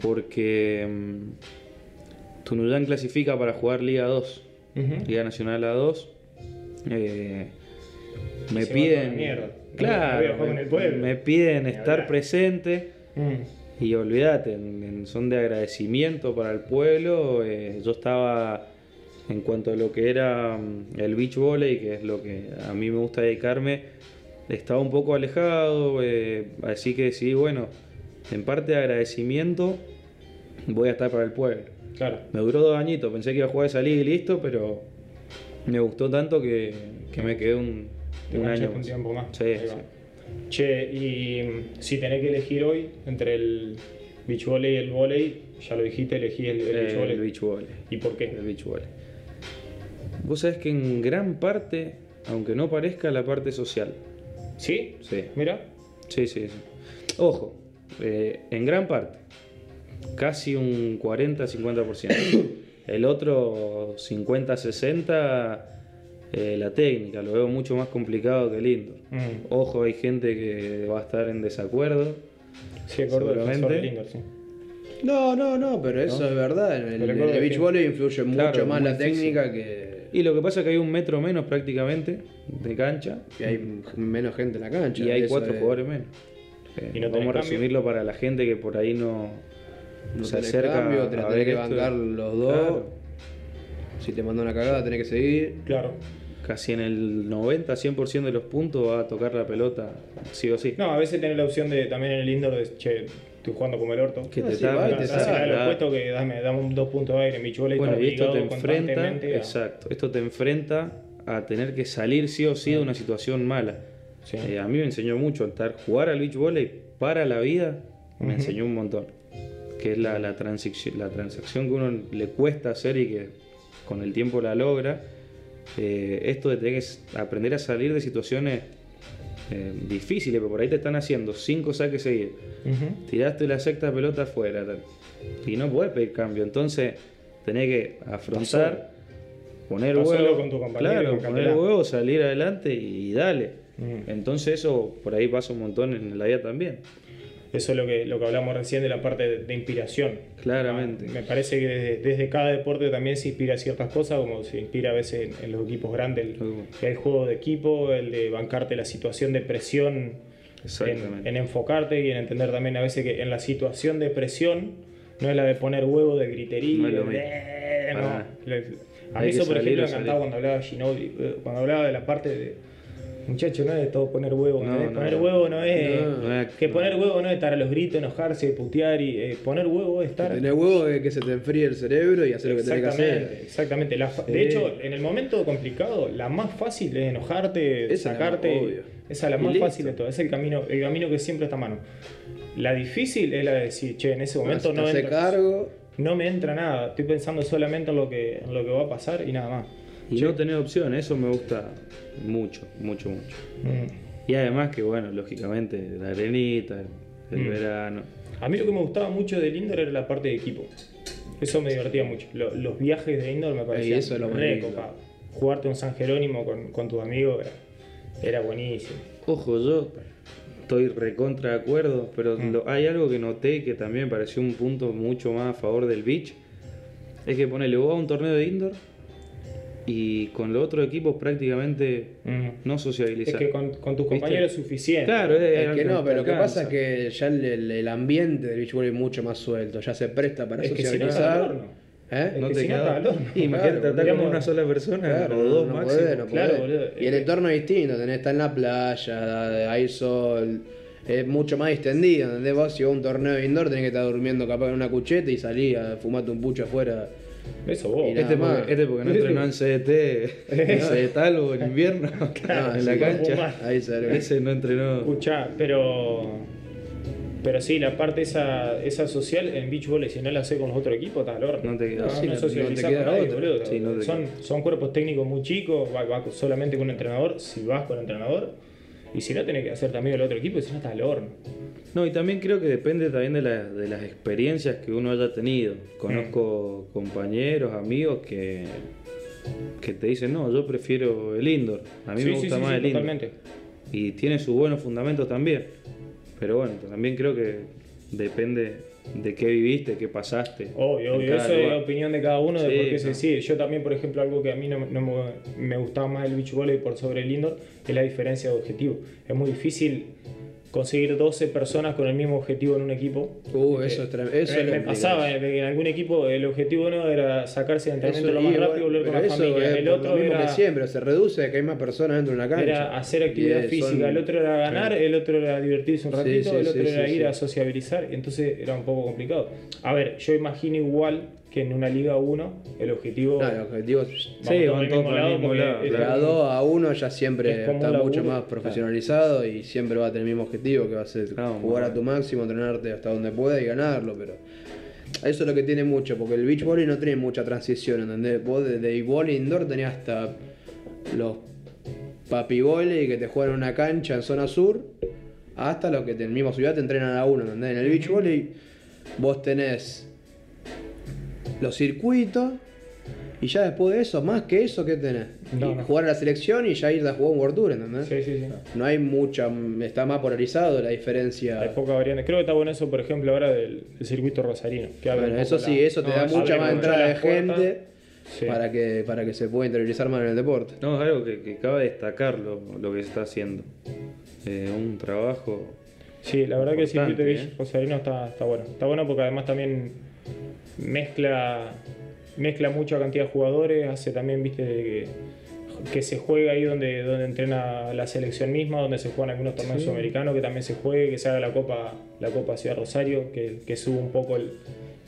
S3: porque mm, Tunuyán clasifica para jugar Liga 2,
S2: Ujú.
S3: Liga Nacional A2. eh,
S2: se va toda
S3: me
S2: la
S3: piden,
S2: mierda. No voy a
S3: claro,
S2: jugar con el
S3: me,
S2: pueblo.
S3: me piden
S2: Ni
S3: estar
S2: hablar.
S3: presente
S2: Mm.
S3: y olvídate, en, en son de agradecimiento para el pueblo. eh, yo estaba en cuanto a lo que era mm, el beach volley, que es lo que a mí me gusta dedicarme, estaba un poco alejado, eh, así que decidí, bueno, en parte de agradecimiento voy a estar para el pueblo.
S2: Claro.
S3: Me duró dos añitos, pensé que iba a jugar de salir y listo, pero me gustó tanto que, que me quedé un,
S2: Te
S3: un
S2: enganchaste
S3: año.
S2: un
S3: más.
S2: tiempo más.
S3: Sí,
S2: Ahí
S3: sí.
S2: va. Che, y mm, si tenés que elegir hoy entre el beach volley y el volley, ya lo dijiste, elegí el, el beach
S3: Eh,
S2: volley.
S3: el beach volley.
S2: ¿Y por qué?
S3: El beach volley. Vos sabés que en gran parte, aunque no parezca, la parte social.
S2: ¿Sí?
S3: Sí.
S2: Mira.
S3: Sí, sí, sí. Ojo, eh, en gran parte. Casi un 40-50%. El otro 50-60%, eh, la técnica. Lo veo mucho más complicado que el indoor.
S2: Mm.
S3: Ojo, hay gente que va a estar en desacuerdo.
S2: Sí, gordo defensor
S3: Seguramente.
S2: del indoor, sí.
S1: No, no, no, pero eso es verdad, en el,
S2: Pero
S1: en
S2: creo
S1: el
S2: que
S1: beach
S2: sí.
S1: volley influye
S3: Claro,
S1: mucho más
S3: muy
S1: la
S3: difícil.
S1: técnica que,
S3: Y lo que pasa es que hay un metro menos prácticamente de cancha.
S1: que hay menos gente en la cancha.
S3: Y hay
S1: eso
S3: cuatro
S1: es-
S3: jugadores menos. Eh,
S2: Y no tenés
S3: vamos a
S2: cambio.
S3: resumirlo para la gente que por ahí no,
S1: No
S3: se
S1: tenés
S3: acerca
S1: cambio, te
S3: a
S1: la
S3: ver
S1: tenés que
S3: esto.
S1: bancar los dos.
S3: Claro.
S1: Si te manda una cagada, tenés que seguir.
S2: Claro.
S3: Casi en el 90-100% de los puntos va a tocar la pelota, sí o sí.
S2: No, a veces tenés la opción de también en el indoor de, che, estoy jugando como el orto.
S3: Que
S1: No,
S3: te
S1: sí, va
S3: tapen,
S1: y
S3: la
S1: te
S3: sacan,
S1: saca,
S2: Exacto,
S3: la-
S2: lo opuesto que dame, dame un dos puntos de aire, mi chole
S3: Bueno,
S2: está
S3: y esto te
S2: obligado
S3: enfrenta,
S2: constantemente a-
S3: exacto, esto te enfrenta a tener que salir sí o sí de una situación mala.
S2: Sí.
S3: Eh, a mí me enseñó mucho estar, jugar al beach volley para la vida, me
S2: Ujú.
S3: enseñó un montón. que es la, la, transic- la transacción que uno le cuesta hacer y que con el tiempo la logra. Eh, esto de tener que s- aprender a salir de situaciones eh, difíciles, pero por ahí te están haciendo cinco saques seguidos.
S2: Ujú.
S3: Tiraste la sexta pelota afuera tal. y no podés pedir cambio. Entonces tenés que afrontar, poner
S2: Pasó
S3: huevo,
S2: lo con tu compañero y
S3: claro,
S2: con
S3: poner
S2: Catalán.
S3: huevo, salir adelante y, dale.
S2: Mm.
S3: Entonces eso por ahí pasa un montón en la vida también.
S2: Eso es lo que, lo que hablamos recién de la parte de, de inspiración.
S3: Claramente.
S2: este, Me parece que desde, desde cada deporte también se inspira ciertas cosas, como se inspira a veces en, en los equipos grandes, el, el juego de equipo, el de bancarte la situación de presión, en,
S3: Exactamente.
S2: en enfocarte y en entender también a veces que en la situación de presión no es la de poner huevo de gritería.
S3: No es lo
S2: de-
S3: mismo.
S2: "Eh", no.
S3: Para
S2: Le- A
S3: Hay
S2: mí
S3: que
S2: eso, por ejemplo,
S3: salir o
S2: me encantaba
S3: salir.
S2: cuando hablaba Ginobili, eh, cuando hablaba de la parte de. Muchacho, no es de todo poner huevo, no,
S3: No,
S2: es
S3: no,
S2: poner
S3: no.
S2: huevo no es.
S1: No,
S3: no es-
S2: que
S3: no.
S2: poner huevo no es estar a los gritos, enojarse, putear y. eh, poner huevo es estar.
S1: Tener huevo es que se te enfríe el cerebro y hacer lo que tenés que
S2: Exactamente,
S1: hacer.
S2: exactamente. La fa-
S1: Sí.
S2: De hecho, en el momento complicado, la más fácil es enojarte,
S1: Esa es la
S2: sacarte.
S1: más obvia.
S2: esa es la
S3: Y
S2: más
S3: listo.
S2: fácil de todo. Es el camino, el camino que siempre está a mano. La difícil es la de decir, che, en ese momento no,
S1: Hace
S2: entra-
S1: cargo.
S2: no me entra nada. Estoy pensando solamente en lo que, en lo que va a pasar y nada más.
S3: Y no tener opción, eso me gusta mucho, mucho, mucho.
S2: Mm.
S3: Y además que bueno, lógicamente, la arenita, el, el
S2: Mm.
S3: verano.
S2: A mí lo que me gustaba mucho del indoor era la parte de equipo. Eso me divertía mucho. Lo- los viajes de indoor me parecían
S1: eso es lo más
S2: re
S1: lindo.
S2: copado. Jugarte un San Jerónimo con, con tus amigos era, era buenísimo.
S3: Ojo, yo estoy recontra de acuerdo, pero
S1: Mm.
S3: lo- hay algo que noté que también me pareció un punto mucho más a favor del beach. Es que ponele vos a un torneo de indoor y con los otros equipos prácticamente
S2: Mm.
S3: no
S2: Es
S3: sociabilizás.
S2: que con, con tus
S3: ¿Viste?
S2: compañeros es suficiente.
S3: Claro, es,
S1: Es
S3: algo
S1: que no,
S3: te
S1: pero lo que
S3: alcanza.
S1: pasa es que ya el, el- el ambiente del beach volley es mucho más suelto, ya se presta para
S2: Es que si no está al
S1: sociabilizar.
S2: horno.
S1: ¿Eh?
S3: no
S2: que
S3: te
S2: si no,
S3: queda-
S2: está al horno.
S3: Imagínate
S1: Claro,
S3: tratar con
S2: digamos,
S3: una sola persona
S1: Claro,
S3: o dos
S1: no
S3: máximo.
S1: podés, no
S2: Claro,
S1: podés.
S2: boludo. eh,
S1: Y el entorno es distinto, tenés, está en la playa, hay sol, es mucho más extendido, ¿entendés? Vos si vas a un torneo de indoor tenés que estar durmiendo capaz en una cucheta y salir a fumarte un pucho afuera.
S2: Eso vos.
S1: Y nada
S3: Este
S1: más.
S3: porque, este porque no entrenó en CDT, en CDTalvo en invierno,
S1: Claro,
S3: en la
S1: Ah, sí,
S3: cancha.
S2: fumar.
S1: Ahí sale.
S3: Ese no entrenó.
S2: Escuchá, pero. Pero sí, la parte esa, esa social en beach volley, si no la haces con los otros equipos, estás al horno.
S3: No te queda.
S2: No,
S1: Sí,
S2: no
S1: no-
S2: socializás
S1: no te queda
S2: con nadie,
S1: otra.
S2: boludo.
S3: Sí, no te
S2: son, son cuerpos técnicos muy chicos, va, va solamente con un entrenador, si vas con entrenador. Y si no, tenés que hacerte amigo del otro equipo, si no, estás al horno.
S3: No, y también creo que depende también de, la- de las experiencias que uno haya tenido. Conozco compañeros, amigos que, que te dicen, no, yo prefiero el indoor. A mí
S2: Sí,
S3: me
S2: sí,
S3: gusta
S2: sí,
S3: más
S2: sí,
S3: el indoor.
S2: totalmente.
S3: Y tiene sus buenos fundamentos también. Pero bueno, también creo que depende de qué viviste, qué pasaste.
S2: Obvio,
S3: en
S2: obvio.
S3: cada
S2: Eso es la
S3: lugar.
S2: opinión de cada uno de
S3: Sí,
S2: por qué se
S3: no.
S2: decide. Yo también, por ejemplo, algo que a mí no, no me, me gustaba más del beach volley por sobre el indoor es la diferencia de objetivo. Es muy difícil conseguir 12 personas con el mismo objetivo en un equipo.
S1: Uh, eso es tremendo. Eso
S2: Eh,
S1: es lo
S2: me
S1: complicado.
S2: pasaba eh, que en algún equipo el objetivo no era sacarse el entrenamiento
S1: Eso-
S2: lo
S1: y
S2: más
S1: bueno,
S2: rápido y volver con
S1: pero
S2: la
S1: eso
S2: familia.
S1: es
S2: el
S1: por lo
S2: otro
S1: mismo
S2: era,
S1: que siempre, se reduce que hay más personas dentro de una cancha.
S2: era hacer actividad
S1: Y, eh,
S2: física.
S1: son-
S2: El otro era ganar, el otro era divertirse un
S1: Sí,
S2: ratito,
S1: sí,
S2: el otro
S1: sí,
S2: era
S1: sí,
S2: ir
S1: sí.
S2: a sociabilizar. Entonces era un poco complicado. A ver, yo imagino igual que en una Liga 1 el objetivo.
S1: No, el objetivo es-
S2: Vamos
S3: Sí,
S2: todos
S3: van
S2: del
S3: todos
S2: mismo
S3: para el
S2: lado
S3: mismo
S2: porque
S3: lado.
S2: es
S1: de
S3: claro.
S1: a dos a uno ya siempre
S2: Es como un
S1: está mucho
S2: laburo.
S1: más profesionalizado y siempre va a tener el mismo objetivo que va a ser
S3: Ah, muy
S1: jugar a
S3: bueno.
S1: tu máximo, entrenarte hasta donde pueda y ganarlo, pero eso es lo que tiene mucho, porque el beach volley no tiene mucha transición, ¿entendés? Vos desde volley indoor tenías hasta los papi volley que te juegan en una cancha en zona sur, hasta los que en la misma ciudad te entrenan a uno, ¿entendés? En el beach volley vos tenés los circuitos y ya después de eso, más que eso, ¿qué tenés?
S2: No,
S1: Y
S2: no.
S1: Jugar a la selección y ya ir a jugar un World Tour, ¿entendés?
S2: Sí, sí, sí.
S1: No hay mucha, está más polarizado la diferencia.
S2: Hay poca variante. Creo que está bueno eso, por ejemplo, ahora del, del circuito rosarino. que abre
S1: Bueno,
S2: un poco
S1: eso sí,
S2: la-
S1: eso te
S2: no,
S1: da
S2: abre
S1: mucha más
S2: mucho
S1: entrada de
S2: las puertas.
S1: gente
S2: Sí.
S1: para, que, para que se pueda interiorizar más en el deporte.
S3: No, es algo que, que cabe destacar lo, lo que se está haciendo. Eh, un trabajo.
S2: Sí, la verdad que el circuito de
S3: Importante,
S2: Villa
S3: ¿eh?
S2: Rosarino está, está bueno. Está bueno porque además también mezcla mezcla mucha cantidad de jugadores, hace también, viste, de que, que se juegue ahí donde, donde entrena la selección misma, donde se juegan algunos torneos sudamericanos, que también se juegue, que se haga la Copa, la Copa Ciudad Rosario, que, que suba un poco el,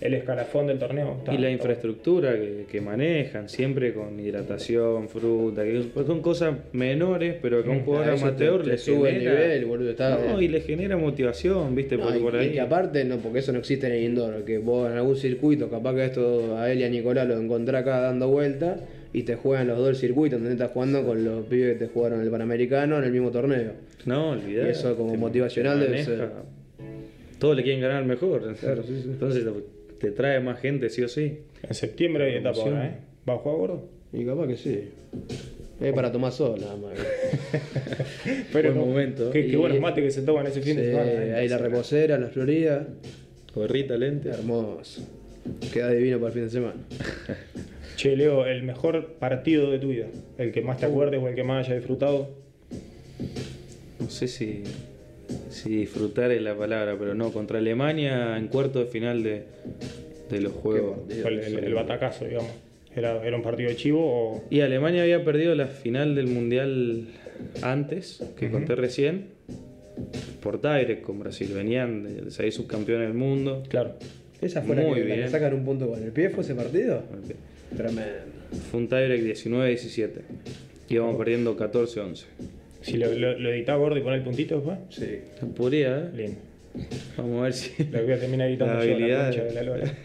S2: el escalafón del torneo. Está-
S3: Y la
S2: está-
S3: infraestructura que, que manejan, siempre con hidratación, fruta, que son cosas menores, pero que a un
S2: Mm,
S3: jugador
S1: eso te-
S3: amateur
S1: te
S3: le
S1: sube el
S3: genera-
S1: nivel, boludo, está-
S3: no, y le genera motivación, viste,
S1: No,
S3: por,
S1: y,
S3: por
S1: y
S3: ahí.
S1: que aparte, no, porque eso no existe en el indoor, que vos en algún circuito, capaz que esto a él y a Nicolás lo encontrás acá dando vueltas y te juegan los dos el circuito, donde estás jugando con los pibes que te jugaron el Panamericano en el mismo torneo.
S3: No, olvidar.
S1: Eso como motivacional debe ser.
S3: Todos le quieren ganar al mejor. *laughs*
S1: Claro, sí, sí.
S3: Entonces te trae más gente, sí o sí.
S2: En septiembre hay etapa
S3: Promoción.
S2: ahora, ¿eh? ¿Va a jugar gordo?
S1: Y capaz que sí. Es para tomar sol, nada más.
S3: Buen
S2: no,
S3: momento.
S2: Qué, qué
S1: Y-
S2: buenos mates que se toman ese fin
S1: Sí,
S2: de semana. ¿eh?
S1: ahí la reposera, las floridas.
S3: Gorrita, lente.
S1: Hermoso. Queda divino para el fin de semana.
S2: Che, Leo, el mejor partido de tu vida. El que
S3: Uh.
S2: más te acuerdes o el que más hayas disfrutado.
S3: No sé si, si disfrutar es la palabra, pero no. Contra Alemania en cuarto de final de, de los Juegos.
S2: Fue el, el- el batacazo, digamos. Era, era un partido de chivo o.
S3: Y Alemania había perdido la final del Mundial antes, que conté recién, por Tigre con Brasil. Venían de, de salir subcampeones del mundo.
S2: Claro.
S1: ¿Esa fue la
S3: Muy
S1: que, la que
S3: bien.
S1: sacan un punto con el pie? ¿Fue ese partido? Tremendo.
S3: Fue un tiebreak 19-17. Íbamos perdiendo 14-11.
S2: Si lo, lo, lo editás gordo y pones el puntito después.
S1: Sí.
S3: No podría, ¿eh?
S2: Lindo.
S3: Vamos a
S1: *laughs*
S3: ver si.
S2: Lo voy a terminar editando
S3: La
S2: yo,
S3: habilidad.
S2: la concha de la lora.
S3: *laughs*
S2: *laughs*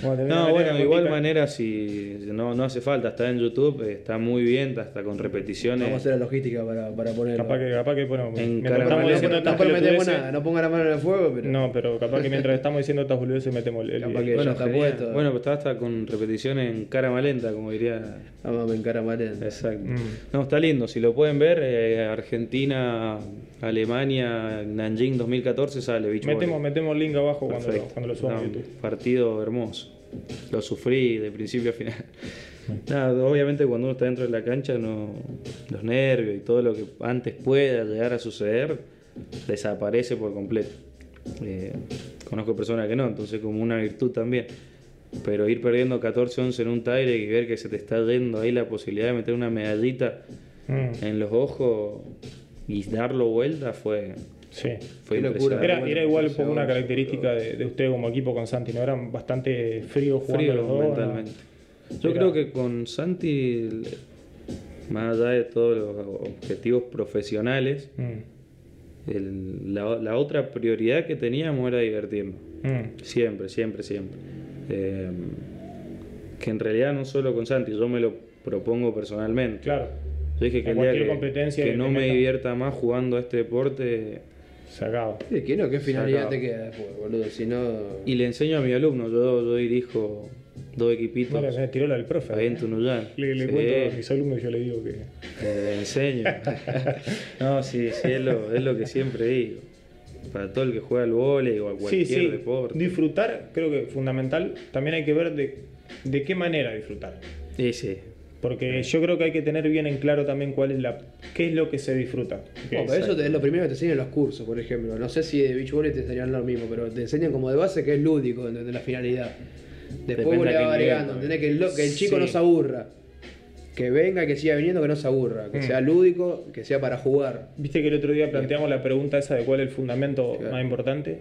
S2: Vamos a terminar
S3: No,
S2: de
S3: bueno,
S2: la
S3: de igual
S2: gotita.
S3: manera, si no, no hace falta, está en YouTube, eh, está muy bien, hasta con repeticiones.
S1: Vamos a hacer la logística para, para ponerlo.
S2: Capaz que, capaz que bueno,
S3: En
S2: mientras
S3: Caramelo.
S2: estamos
S1: no,
S2: diciendo
S1: no,
S2: estas
S1: no prometemos
S2: boludeces-
S1: nada, no ponga la mano en el fuego, pero.
S2: No, pero capaz que mientras estamos diciendo estas boludeces metemos el. el-
S1: Capaz que-
S3: bueno,
S1: ya está
S3: genial.
S1: puesto.
S3: bueno, pues está hasta con repeticiones en cara malenta, como diría.
S1: Vamos a encarar mal. en-
S3: Exacto.
S2: Mm.
S3: No, está lindo, si lo pueden ver, eh, Argentina, Alemania, Nanjing 2014 sale, bicho.
S2: Metemos,
S3: vale.
S2: metemos el link abajo cuando lo,
S3: Perfecto.
S2: cuando lo subamos a
S3: No,
S2: YouTube.
S3: Partido hermoso. Lo sufrí de principio a final. Nada, obviamente cuando uno está dentro de la cancha, no, los nervios y todo lo que antes pueda llegar a suceder desaparece por completo. Eh, conozco personas que no, entonces como una virtud también. Pero ir perdiendo 14-11 en un tire y ver que se te está yendo ahí la posibilidad de meter una medallita
S2: Mm,
S3: en los ojos y darlo vuelta fue,
S2: Sí.
S3: fue
S1: Qué locura.
S3: impresionante.
S2: Era,
S1: bueno,
S2: era igual
S1: entonces
S2: por una
S1: ahora
S2: característica de, de ustedes como equipo con Santi, ¿no? Eran bastante fríos jugando
S3: frío
S2: los dos, ¿no?
S3: mentalmente. Yo
S2: Era-
S3: creo que con Santi, le- más allá de todos los objetivos profesionales,
S2: Mm,
S3: el- la, la otra prioridad que teníamos era divertirnos.
S2: mm,
S3: Siempre, siempre, siempre. Eh, que en realidad no solo con Santi, yo me lo propongo personalmente.
S2: Claro.
S3: Yo dije que
S2: En
S3: el día
S2: cualquier
S3: que-
S2: competencia
S3: que
S2: que
S3: no
S2: te
S3: me
S2: metan.
S3: divierta más jugando a este deporte,
S2: Se acaba.
S1: Sí, ¿Qué, no? ¿Qué finalidad
S3: acabó.
S1: te queda después, boludo? Si no.
S3: y le enseño a mi alumno, yo, yo dirijo dos equipitos
S2: Bueno, me tiró la del profe.
S3: ahí en Tunuyán.
S2: Le, le
S3: Sí.
S2: cuento a mis alumnos y yo le digo que.
S3: Eh, enseño. *laughs* no, sí, sí, es lo, es lo que siempre digo. Para todo el que juega al vóley o a cualquier deporte.
S2: Disfrutar, creo que fundamental. También hay que ver de, de qué manera disfrutar.
S3: Sí, sí.
S2: Porque yo creo que hay que tener bien en claro también cuál es la qué es lo que se disfruta.
S1: No, pero eso te- es lo primero que te enseñan en los cursos, por ejemplo. No sé si de beach volley te enseñan lo mismo, pero te enseñan como de base que es lúdico, de la finalidad. Después
S3: Depende
S1: vos le
S3: a qué
S1: vas
S3: nivel
S1: agregando,
S3: también.
S1: ¿entendés? Que el, lo- que el chico
S2: Sí.
S1: no se aburra. Que venga, que siga viniendo, que no se aburra. Que
S2: Mm.
S1: sea lúdico, que sea para jugar.
S2: Viste que el otro día planteamos la pregunta esa de cuál es el fundamento
S1: Claro.
S2: más importante.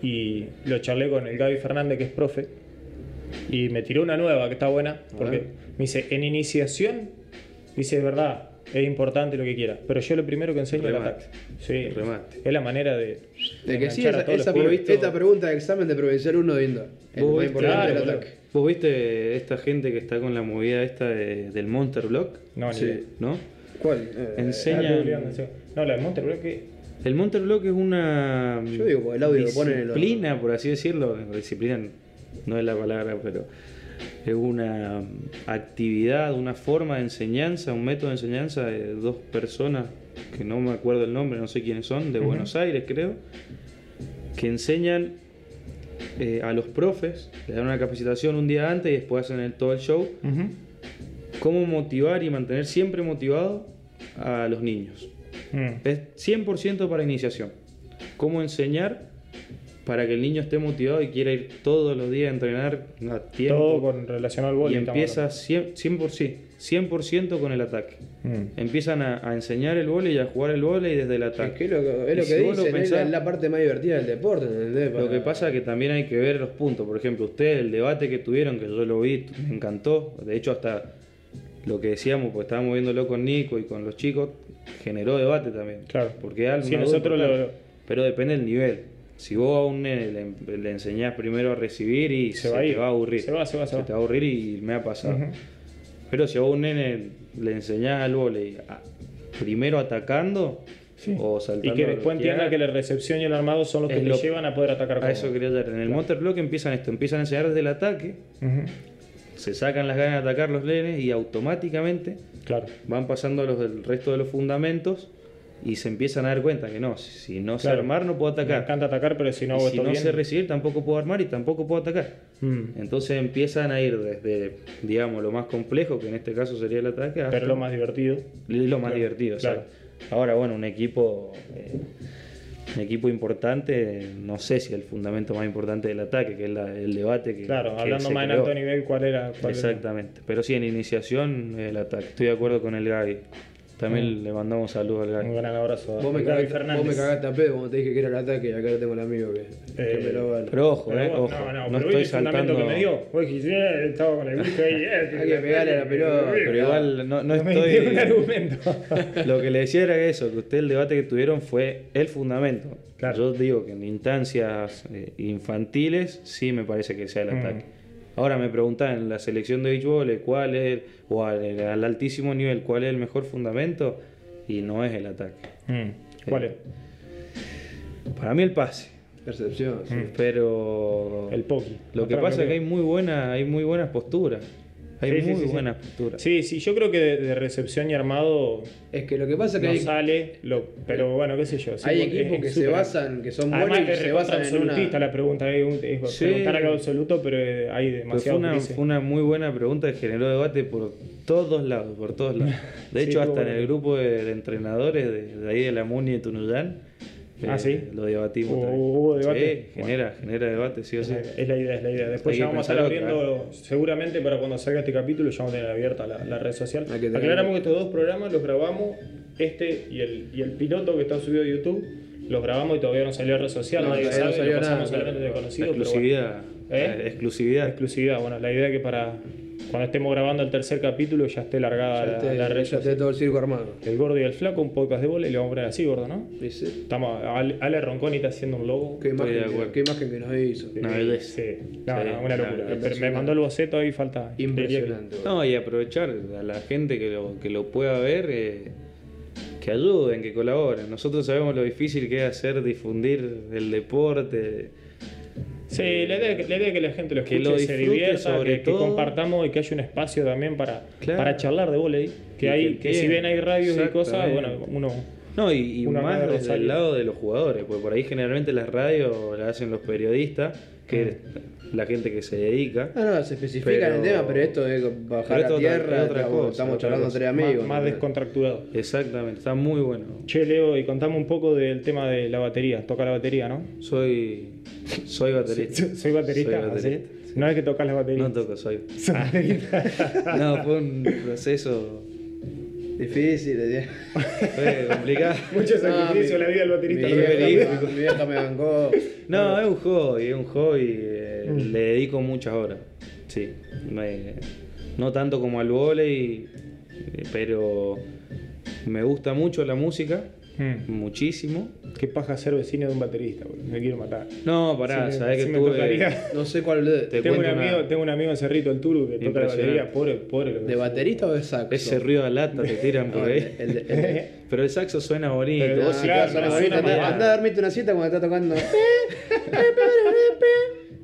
S2: Y lo charlé con el Gaby Fernández, que es profe. Y me tiró una nueva que está buena. Porque
S1: ver.
S2: me dice, en iniciación, dice, es verdad, es importante lo que quiera. Pero yo lo primero que enseño
S3: Remate.
S2: es el ataque. Sí,
S3: Remate.
S2: es la manera de.
S1: De que sí,
S2: enganchar
S1: esa,
S2: a todos
S1: esa
S2: los
S1: pre-
S2: pibes.
S1: esta pregunta de examen de Provincial 1 de Indoor. El
S3: Vos
S1: más
S3: viste,
S1: importante del
S2: claro,
S1: ataque.
S3: ¿Vos viste esta gente que está con la movida esta de- del Monster Block?
S2: No, ni
S1: Sí.
S2: idea.
S3: ¿No?
S1: ¿Cuál? Eh,
S3: Enseña-
S2: Ah, Julián, sí. No, la de Monster, creo que.
S3: El Monster Block es una
S1: Yo digo, porque el audio lo ponen en el-
S3: disciplina, por así decirlo. Disciplina no es la palabra, pero es una actividad, una forma de enseñanza, un método de enseñanza de dos personas que no me acuerdo el nombre, no sé quiénes son, de
S2: Ujú.
S3: Buenos Aires creo, que enseñan eh, a los profes, le dan una capacitación un día antes y después hacen el, todo el show, cómo motivar y mantener siempre motivado a los niños.
S2: Mm.
S3: Es 100% para iniciación. Cómo enseñar para que el niño esté motivado y quiera ir todos los días a entrenar a tiempo.
S2: Todo con relación al
S3: y
S2: vóley. estamos
S3: empieza 100%, 100%, 100% con el ataque.
S2: hablando. Mm.
S3: Empiezan a, a enseñar el vóley y a jugar el vóley desde el
S1: Es
S3: ataque.
S1: que es lo que, es lo
S3: Y
S1: que
S3: si vos lo
S1: dicen, es la,
S3: pensás-
S1: la parte más divertida del deporte, ¿entendés?
S3: Lo que
S1: Para-
S3: pasa es que también hay que ver los puntos. Por ejemplo, ustedes, el debate que tuvieron, que yo lo vi, t- me encantó. De hecho, hasta lo que decíamos, porque estábamos viéndolo con Nico y con los chicos, generó debate también.
S2: Claro.
S3: Porque es algo-
S2: Sí,
S3: una
S2: nosotros
S3: duda
S2: lo-
S3: importante. Pero depende del nivel. Si vos a un nene le, le enseñás primero a recibir y
S2: Se
S3: se,
S2: va a
S3: te
S2: ir.
S3: va a aburrir.
S2: Se va, se va, se va.
S3: te va a aburrir y me ha pasado.
S2: Ujú.
S3: Pero si a un nene le enseñás al volei a- primero atacando
S2: Sí.
S3: o saltando.
S2: y que
S3: a
S2: después
S3: bloquear,
S2: entienda que la recepción y el armado son los que
S3: es
S2: te
S3: lo-
S2: llevan a poder atacar
S3: a eso quería llegar. En el Motor Block empiezan esto, empiezan a enseñar desde el ataque,
S2: Ujú.
S3: se sacan las ganas de atacar los lenes y automáticamente
S2: Claro.
S3: van pasando los del resto de los fundamentos y se empiezan a dar cuenta que no, si- si no sé
S2: Claro.
S3: armar no puedo
S2: Me
S3: atacar.
S2: encanta atacar, pero si no
S3: Y
S2: hago
S3: si
S2: esto
S3: no
S2: bien.
S3: sé recibir tampoco puedo armar y tampoco puedo atacar.
S2: Mm.
S3: Entonces empiezan a ir desde, digamos, lo más complejo, que en este caso sería el ataque, hasta
S2: Pero lo más divertido.
S3: y lo más
S2: Claro,
S3: divertido. o sea,
S2: claro.
S3: Ahora, bueno, un equipo, eh, un equipo importante, eh, no sé si el fundamento más importante del ataque, que es la- el debate que.
S2: Claro,
S3: que
S2: hablando
S3: se
S2: más en
S3: creó.
S2: alto nivel, ¿cuál era? cuál era?
S3: Exactamente. Pero sí, en iniciación, eh, el ataque. Estoy de acuerdo con el Gaby.
S2: Mm.
S3: También le mandamos saludos al Gaby.
S2: Un gran abrazo a
S1: Vos me,
S2: Gaby
S1: cagaste,
S2: Fernández.
S1: vos me cagaste a pedo cuando te dije que era el ataque y acá lo tengo el amigo que, que
S2: Eh,
S1: me lo gana.
S3: Pero ojo,
S2: Pero
S3: eh,
S2: vos-
S3: ojo.
S2: No, no,
S3: No,
S2: pero viste
S3: estoy
S2: el fundamento
S3: saltando.
S2: que me dio. Vos dijiste, eh, estaba
S3: *laughs*
S2: con el gusto ahí. eh,
S1: Hay que pegarle a la pelota.
S3: Pero igual no, no
S2: *laughs* No me diste un
S3: estoy. *laughs*
S2: argumento.
S3: Lo que le decía era eso, que usted el debate que tuvieron fue el fundamento.
S2: Claro.
S3: Yo digo que en instancias eh, infantiles sí me parece que sea el
S2: Mm.
S3: ataque. Ahora me preguntan en la selección de beach volley cuál es, el- o al, eh, al altísimo nivel, cuál es el mejor fundamento y no es el ataque.
S2: Mm. ¿Cuál es?
S3: Eh, Para mí el pase,
S1: Percepción. sí.
S3: Mm. pero
S2: Mm. El Poki.
S3: lo que
S2: Mostrame
S3: pasa es que hay
S2: veo.
S3: muy buena, hay muy buenas posturas. Hay
S2: Sí, sí,
S3: muy
S2: sí, sí.
S3: buenas posturas.
S2: Sí, sí, yo creo que de, de recepción y armado
S1: Es que lo que pasa es que
S2: no
S1: hay,
S2: sale, lo, pero bueno, qué sé yo. sí,
S1: hay
S2: porque
S1: equipos
S2: es
S1: que se
S2: súper-
S1: basan, que son
S2: Además,
S1: buenos y
S2: que
S1: que se basan en una.
S2: absolutista la pregunta, es, un- es
S3: Sí.
S2: preguntar algo absoluto, pero eh, hay
S3: Pues fue
S2: demasiado
S3: una, fue una muy buena pregunta que generó debate por todos lados, por todos
S2: *laughs*
S3: lados. De
S2: Sí, estuvo
S3: hecho, hasta en
S2: bueno.
S3: el grupo de, de entrenadores de, de ahí de la Muni de Tunuyán, eh,
S2: Ah, ¿sí?
S3: lo debatimos.
S2: ¿Hubo-
S3: también.
S2: hubo debate?
S3: Sí, genera, genera debate, sí o sí.
S2: Es la idea, es la idea. Después
S3: Hay
S2: ya
S3: que
S2: vamos a
S3: pensar
S2: estar
S3: otra,
S1: ¿eh?
S2: abriendo, seguramente para cuando salga este capítulo, ya vamos a tener abierta la, la red social.
S1: Hay que tener-
S2: Aclaramos que estos dos programas los grabamos, este y el, y el piloto que está subido a YouTube, los grabamos y todavía no salió a red social,
S1: No,
S2: nadie
S1: todavía
S2: sabe,
S1: no salió
S2: lo pasamos
S1: nada,
S2: solamente de
S1: claro.
S2: conocidos, pero bueno.
S3: exclusividad,
S2: ¿Eh?
S3: eh, exclusividad.
S2: exclusividad. Bueno, la idea es que para cuando estemos grabando el tercer capítulo ya esté largada
S1: Ya
S2: la, la
S1: te-
S2: red
S1: ya te
S2: social.
S1: todo el circo armado.
S2: El gordo y el flaco, un podcast de bola y lo vamos a poner así, gordo, ¿no?
S1: Dice,
S2: Estamos Ale, Ale Ronconi está haciendo un logo.
S1: ¿Qué
S3: Estoy de
S1: imagen, que,
S3: acuerdo.
S1: qué imagen que nos hizo.
S3: Una belleza.
S2: Sí. No,
S3: Sí,
S2: no, una
S3: una
S2: locura.
S1: belleza.
S2: Pero me mandó el boceto ahí falta.
S1: Impresionante. boludo.
S3: No, y aprovechar a la gente que lo, que lo pueda ver, eh, que ayuden, que colaboren. Nosotros sabemos lo difícil que es hacer difundir el deporte.
S2: Sí, la idea, es que- la idea es que la gente lo
S3: Que
S2: escuche,
S3: lo
S2: se
S3: disfrute
S2: divierta,
S3: sobre
S2: que, que
S3: todo.
S2: compartamos y que haya un espacio también para,
S3: Claro.
S2: para charlar de volei. Que,
S3: Y
S2: hay,
S3: que
S2: que si
S3: quede.
S2: bien hay radios y cosas, bueno,
S3: Exactamente.
S2: uno.
S3: No, y, y
S2: Una
S3: más
S2: radio
S3: desde
S2: Rosario.
S3: el lado de los jugadores, porque por ahí generalmente las radios las hacen los periodistas, que
S2: Mm.
S3: es la gente que se dedica.
S1: No, no, se especifican
S3: Pero-
S1: el tema, pero esto es bajar
S3: Pero esto
S1: a
S3: otra-
S1: tierra,
S3: es otra
S1: estamos,
S3: cosa,
S1: estamos
S3: otra
S1: charlando
S3: cosa.
S1: entre
S2: más-
S1: amigos.
S2: más
S1: ¿no?
S2: descontracturado.
S3: Exactamente, está muy bueno.
S2: Che, Leo, y contame un poco del tema de la batería. Toca la batería, ¿no?
S3: Soy soy baterista.
S2: *laughs* Soy baterista, ¿Ah,
S3: Soy baterista.
S2: ¿sí? No es que tocas la batería.
S3: No toco, soy.
S2: *laughs* Soy baterista. *laughs*
S3: No, fue un proceso
S1: Difícil, de-
S3: fue complicado.
S2: Mucho sacrificio
S1: Ah, mi-
S2: la vida del baterista.
S1: Mi
S2: lo que
S1: vieja
S2: es.
S1: me- mi vieja me bancó.
S3: No, es un hobby, es un hobby. eh,
S2: Mm.
S3: Le dedico muchas horas. Sí. Me- no tanto como al volei, eh, pero me gusta mucho la música,
S2: Mm.
S3: muchísimo.
S2: Qué paja ser vecino de un baterista, boludo. Me quiero matar.
S3: No, pará,
S2: Sí,
S3: sabés
S2: sí
S3: que
S2: me
S3: tuve.
S2: tocaría.
S1: No sé cuál de,
S3: Te
S2: Tengo un,
S3: cuento una-
S2: amigo, tengo un amigo en Cerrito, el Turu, que toca la
S3: Impresionante.
S2: batería. Pobre, pobre. lo que
S1: de
S2: es.
S1: baterista o de saxo.
S3: Ese eh. ruido de lata te
S1: *laughs*
S3: tiran
S1: No,
S3: por
S1: el,
S3: ahí.
S1: el- el-
S3: *laughs*
S1: el-
S3: Pero el saxo suena bonito.
S2: Pero
S3: vos
S2: no,
S3: sí-
S2: claro,
S1: suena
S2: no,
S1: bonito,
S2: suena
S1: andá-
S2: mal.
S1: andá a dormirte una siesta cuando está
S3: *laughs*
S1: tocando.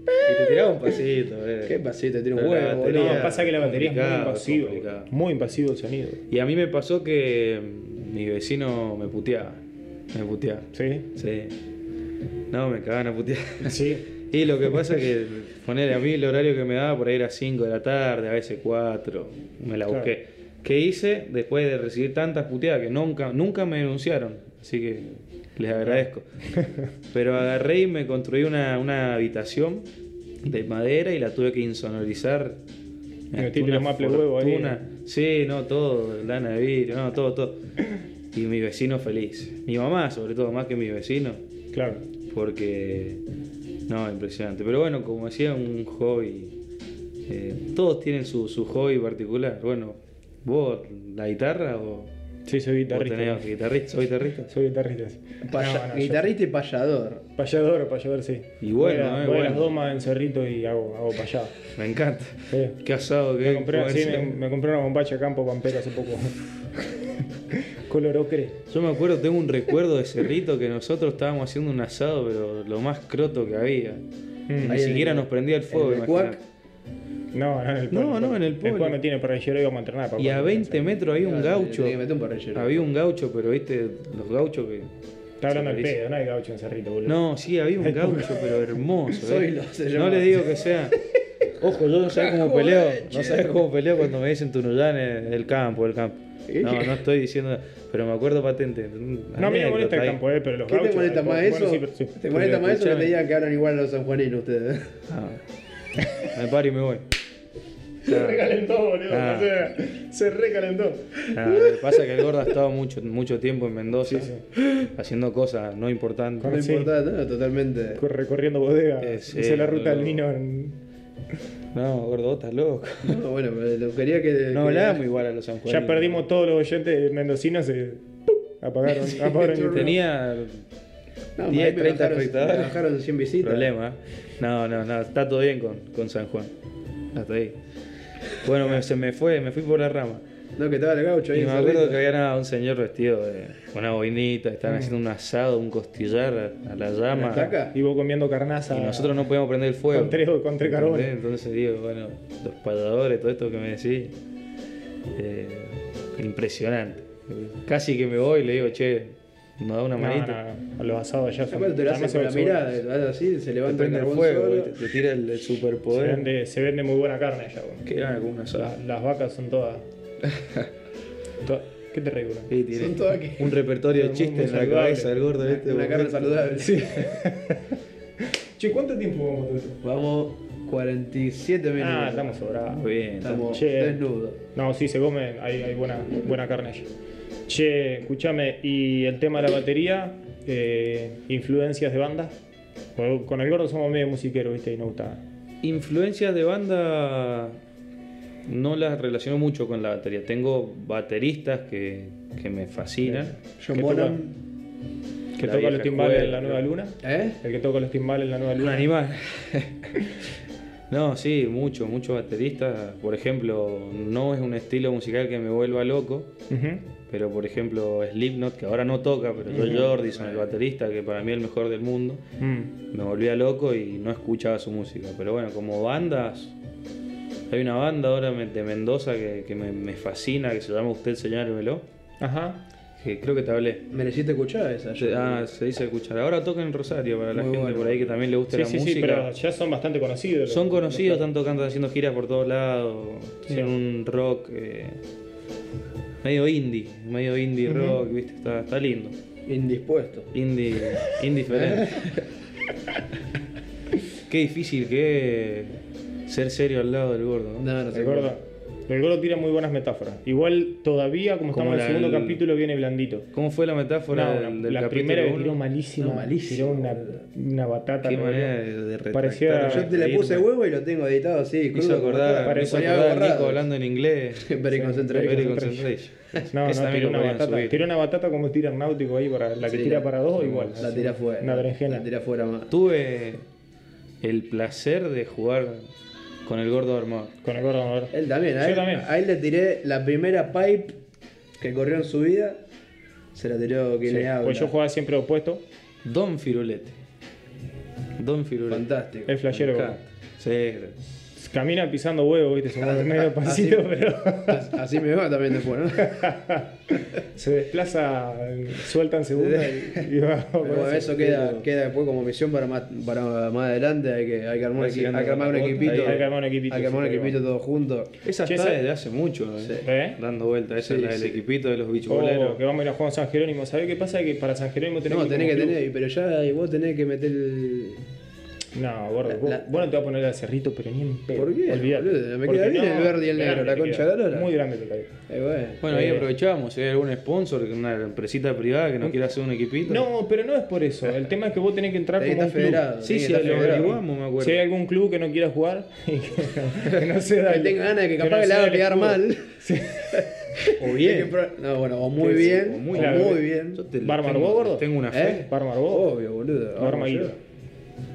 S3: y te tiraba un pasito, eh.
S1: Qué pasito, tiene un
S3: Pero la
S1: huevo,
S3: batería-
S1: boludo.
S2: *laughs* No, pasa que la batería es muy
S3: Complicado,
S2: invasiva.
S3: complicado.
S2: boludo. Muy invasivo el sonido.
S3: Y a mí me pasó que mm, mi vecino me puteaba. Me puteaba. *laughs*
S2: ¿Sí?
S3: Sí. No, me cagaban a putear.
S2: Sí.
S3: Y lo que pasa es que poner a mí el horario que me daba por ahí era 5 de la tarde, a veces 4. Me la
S2: Claro.
S3: busqué. ¿Qué hice después de recibir tantas puteadas que nunca, nunca me denunciaron? Así que
S2: *laughs*
S3: Les agradezco. Pero agarré y me construí una, una habitación de madera y la tuve que insonorizar.
S2: Me
S3: gasté
S2: metiste
S3: una
S2: los maple huevo ahí.
S3: fortuna. Sí, no, todo, lana de vidrio, no, todo, todo. Y mi vecino feliz. Mi mamá, sobre todo, más que mi vecino,
S2: Claro.
S3: porque. No, impresionante. Pero bueno, como decía, un hobby. eh, todos tienen su, su hobby particular. Bueno, vos, la guitarra o.
S2: Sí, soy
S3: vos tenés
S2: guitarrista.
S3: guitarrista, soy guitarrista.
S2: Soy guitarrista. sí.
S1: Paya-
S2: No, no, yo-
S1: guitarrista y payador.
S2: Payador, payador, sí.
S3: Y bueno,
S2: voy a, voy a
S3: eh, bueno.
S2: las domas en Cerrito y hago, hago payado.
S3: Me encanta.
S2: Sí.
S3: Qué asado que
S2: Me compré, sí, me,
S3: comerse.
S2: me compré una bombacha campo pampera hace poco. Color ocre.
S3: Yo me acuerdo, tengo un recuerdo de Cerrito que nosotros estábamos haciendo un asado, pero lo más croto que había. Ni
S2: Mm.
S1: Ahí en
S3: siquiera
S1: el-
S3: nos prendía el fuego,
S1: en el
S3: imagínate.
S1: Cuac.
S2: No, no en el
S3: No,
S2: pueblo.
S3: no, en el
S2: El
S3: pueblo.
S2: pueblo no tiene parrillero y vamos a entrenar. papá.
S3: Y a 20 metros había un
S1: Claro,
S3: gaucho.
S1: tenía que meter un parrillero.
S3: Había un gaucho, pero viste, los gauchos que.
S2: Está hablando
S3: Sí,
S2: el
S3: dice.
S2: pedo, no hay gaucho en Cerrito, boludo.
S3: No, sí, había
S2: *laughs*
S3: un gaucho, pero hermoso. ¿eh?
S1: Zoilo se
S3: no
S1: llamaba.
S3: le digo
S2: *laughs*
S3: que sea. Ojo, yo no sé cómo
S1: Cajo
S3: peleo.
S1: leche.
S3: No sabes cómo peleo cuando me dicen Tunuyán el campo, el campo. No, no estoy diciendo. Pero me acuerdo patente.
S2: No, a mí me molesta el
S3: Anécdota,
S2: campo, eh, pero los
S1: ¿Qué te
S2: gauchos.
S1: molesta
S2: eh,
S1: más
S2: bueno,
S1: eso?
S2: sí,
S1: *laughs*
S2: pero sí.
S1: ¿Te molesta más eso que te
S3: escuchame.
S1: digan que hablan igual los sanjuaninos ustedes?
S3: Ah. *laughs* Me paro y me voy.
S2: Se recalentó, boludo.
S3: Ah.
S2: o sea, se recalentó.
S3: Ah, lo que pasa es que el gordo ha estado mucho, mucho tiempo en Mendoza
S2: Sí,
S3: haciendo cosas no importantes.
S1: No
S2: Ah, Sí.
S1: importa, no, totalmente.
S2: Cor- Recorriendo bodega.
S3: Eh, sí,
S2: hice la ruta del
S3: boludo.
S2: vino en...
S3: No, gordo, vos estás loco.
S1: No, bueno, pero lo quería que.
S3: No
S1: que-
S3: hablábamos igual a los sanjuaninos.
S2: Ya perdimos todos los oyentes mendocinos. Se... Apagaron. apagaron
S1: yo
S2: el-
S3: Tenía
S1: No,
S3: 10,
S1: ahí me
S3: 30
S1: bajaron-
S3: espectadores.
S1: Me bajaron 100 visitas.
S3: problema. ¿eh? No, no, no, está todo bien con, con San Juan. Hasta ahí. Bueno, me- se me fue, me fui por la rama.
S1: No, que estaba el gaucho ahí.
S3: Y
S1: en
S3: me acuerdo
S1: Cerrito.
S3: que había nada, un señor vestido de una boinita, estaban haciendo un asado, un costillar a la llama.
S1: estaca?
S2: Y vos comiendo carnaza.
S3: Y nosotros no podíamos prender el fuego.
S2: Con tres- con tres carbones.
S3: ¿Entendés? Entonces digo, bueno, los pagadores, todo esto que me decís. eh, impresionante. Casi que me voy y le digo, che, nos da una
S2: No,
S3: manita.
S2: no, no, los asados ya son.
S1: Aparte te lo hacen
S2: además
S1: con la
S2: son-
S1: mirada, te lo hacen así, se
S3: Te
S1: levanta el
S3: prende el
S1: carbón
S3: fuego,
S1: solo.
S3: ¿viste? te tira el, el
S2: Se
S3: superpoder.
S2: vende, se vende muy buena carne allá, boludo.
S3: Que era como un asado.
S2: La- las vacas son
S3: *laughs*
S2: todas. to- ¿Qué te reí, boludo?
S3: Sí, tiene
S1: Son todas que-
S3: un repertorio de
S2: Muy-
S3: chistes
S2: muy
S3: en la
S2: saludable.
S3: cabeza del gordo este.
S1: Una
S3: boludo.
S1: carne saludable.
S2: Che, ¿cuánto tiempo vamos todo esto?
S1: Vamos 47 minutos.
S2: Ah, estamos sobrados.
S3: Muy bien, estamos.
S1: Estamos
S2: Che.
S1: desnudos.
S2: No, sí, se come, hay, hay buena, buena carne allá. Che, escúchame, y el tema de la batería, eh, influencias de banda. Porque Con el gordo somos medio musiqueros, viste, y nos gusta.
S3: Influencias de banda no las relaciono mucho con la batería. Tengo bateristas que, que me fascinan.
S1: John
S2: ¿Qué
S1: Bonham.
S2: Que
S3: La
S2: toca
S3: vieja
S2: los timbales
S3: escuela,
S2: en la nueva
S3: creo.
S2: luna.
S1: ¿Eh?
S2: El que toca los timbales en la nueva
S3: Un
S2: luna.
S3: animal. *laughs* no, sí, mucho, muchos bateristas. Por ejemplo, no es un estilo musical que me vuelva loco.
S2: Ujú.
S3: Pero por ejemplo, Slipknot, que ahora no toca, pero yo Jordison, el baterista, que para mí es el mejor del mundo.
S2: Mm.
S3: me volvía loco y no escuchaba su música. Pero bueno, como bandas, hay una banda ahora me- de Mendoza que, que me, me fascina, que se llama Usted Señálmelo,
S2: Ajá.
S3: que creo que te hablé.
S1: Mereciste escuchar esa. yo
S3: Se- Ah,
S1: creo.
S3: se dice escuchar. Ahora toca en Rosario para la
S1: Muy
S3: gente
S1: bueno.
S3: por ahí que también le gusta
S2: Sí,
S3: la
S2: sí,
S3: música.
S2: sí, pero ya son bastante conocidos.
S3: Son conocidos, están tocando, haciendo giras por todos lados, tienen un rock eh, medio indie, medio indie rock, viste, está, está lindo.
S1: Indispuesto.
S3: Indie,
S2: *laughs*
S3: indiferente. Qué difícil que es ser serio al lado del gordo. ¿no?
S1: No, no
S2: El
S1: sé.
S2: gordo, el gordo tira muy buenas metáforas. Igual todavía, como estamos
S3: Como
S2: en el
S3: la-
S2: segundo
S3: el-
S2: capítulo, viene blandito.
S3: ¿Cómo fue la metáfora
S2: No,
S3: del,
S2: la,
S3: del
S2: la
S3: capítulo
S2: primera que
S3: uno?
S2: tiró malísima.
S1: No, malísima,
S2: Tiró una, una batata.
S3: Qué
S2: ¿no?
S3: manera de, de retractar.
S2: Parecía-
S1: Yo te le puse huevo y lo tengo editado así.
S3: Me hizo acordar, me hizo acordar a Nico hablando en
S1: *laughs*
S3: inglés.
S1: Very concentrated.
S3: Very
S1: *laughs*
S3: concentration.
S2: No, no,
S3: Esa también
S2: tiró
S3: lo
S2: una,
S3: podían
S2: batata,
S3: subir.
S2: tiró una batata como tira el náutico ahí, para, la que
S1: Sí,
S2: tira
S1: la-
S2: para dos, igual.
S1: La
S2: así,
S1: tira fuera.
S2: Una berenjena.
S1: La tira fuera más.
S3: Tuve el placer de jugar con el gordo armado.
S2: Con el gordo, a ver.
S1: Él también, ¿eh? a
S2: Yo
S1: él,
S2: también.
S1: a él le tiré la primera pipe que corrió en su vida. Se la tiró quien
S2: Sí,
S1: le habla.
S2: Pues yo jugaba siempre opuesto.
S3: Don Firulete. Don Firulete.
S1: Fantástico.
S2: El flashero.
S3: Acá. Sí.
S2: Camina pisando huevo, viste, se
S1: *laughs*
S2: mueve medio pasito, pero *laughs*
S1: As- Así me va también después, ¿no?
S2: se desplaza, suelta en segunda y, y va.
S1: Pero bueno, eso queda, queda después como misión para más, para más adelante. Hay que, hay que armar,
S3: Hay que
S1: equi- hay que armar un
S3: armar-
S1: equipito.
S3: hay que
S2: armar un equipito,
S1: Hay que armar un
S2: sí,
S1: equipito
S2: ahí va.
S1: todos juntos.
S3: Esa
S2: Che,
S3: está
S2: esa-
S3: desde hace mucho, eh,
S1: Sí.
S2: ¿Eh?
S3: dando vuelta.
S1: Sí,
S3: Esa es la del
S1: sí.
S3: equipito de los bichos
S2: Oh,
S3: boleros.
S2: que vamos a ir a jugar a San Jerónimo. ¿Sabés qué pasa? Que para San Jerónimo tenés
S1: No,
S2: ir
S1: tenés que
S2: como club.
S1: tener, pero ya vos tenés que meter el.
S2: No, gordo,
S1: La-
S2: vos,
S1: la-
S2: vos no te vas a poner el cerrito, pero ni en pedo.
S1: ¿Por qué,
S2: Olvidate.
S1: boludo? Me
S2: Porque
S1: queda bien el verde y el
S2: grande
S1: negro, la
S2: te
S1: concha
S2: queda.
S1: de la lora.
S2: Muy grande te cae.
S1: Eh, bueno.
S3: Bueno, ahí
S2: Eh.
S3: aprovechamos. Si hay algún sponsor, una empresita privada que nos quiera hacer un equipito.
S2: No, pero no es por eso. El tema es que vos tenés que entrar
S1: Tenés que
S2: como un
S1: estar
S2: club.
S1: federado.
S3: Sí,
S1: tenés
S3: sí,
S1: que
S3: lo
S1: estar federado.
S3: averiguamos, me acuerdo.
S2: Si hay algún club que no quiera jugar y que, que no se da
S1: *laughs* Que
S2: el-
S1: tenga ganas de que capaz
S2: no
S1: que
S2: se
S1: la
S2: da
S1: haga
S2: el
S1: pegar
S2: escudo.
S1: mal.
S2: *laughs* Sí.
S3: O
S1: Hay que
S3: bien.
S1: pro- No, bueno, o muy
S2: Sí, sí,
S1: bien.
S3: o
S1: O
S3: muy
S1: muy,
S2: claro.
S1: bien.
S3: Yo te-
S2: Bárbaro,
S3: tengo-
S2: vos, gordo.
S3: Tengo una fe.
S1: ¿Eh?
S2: Bárbaro vos.
S1: Obvio, boludo.
S2: Lo arma
S1: vamos
S2: Guido.
S1: yo.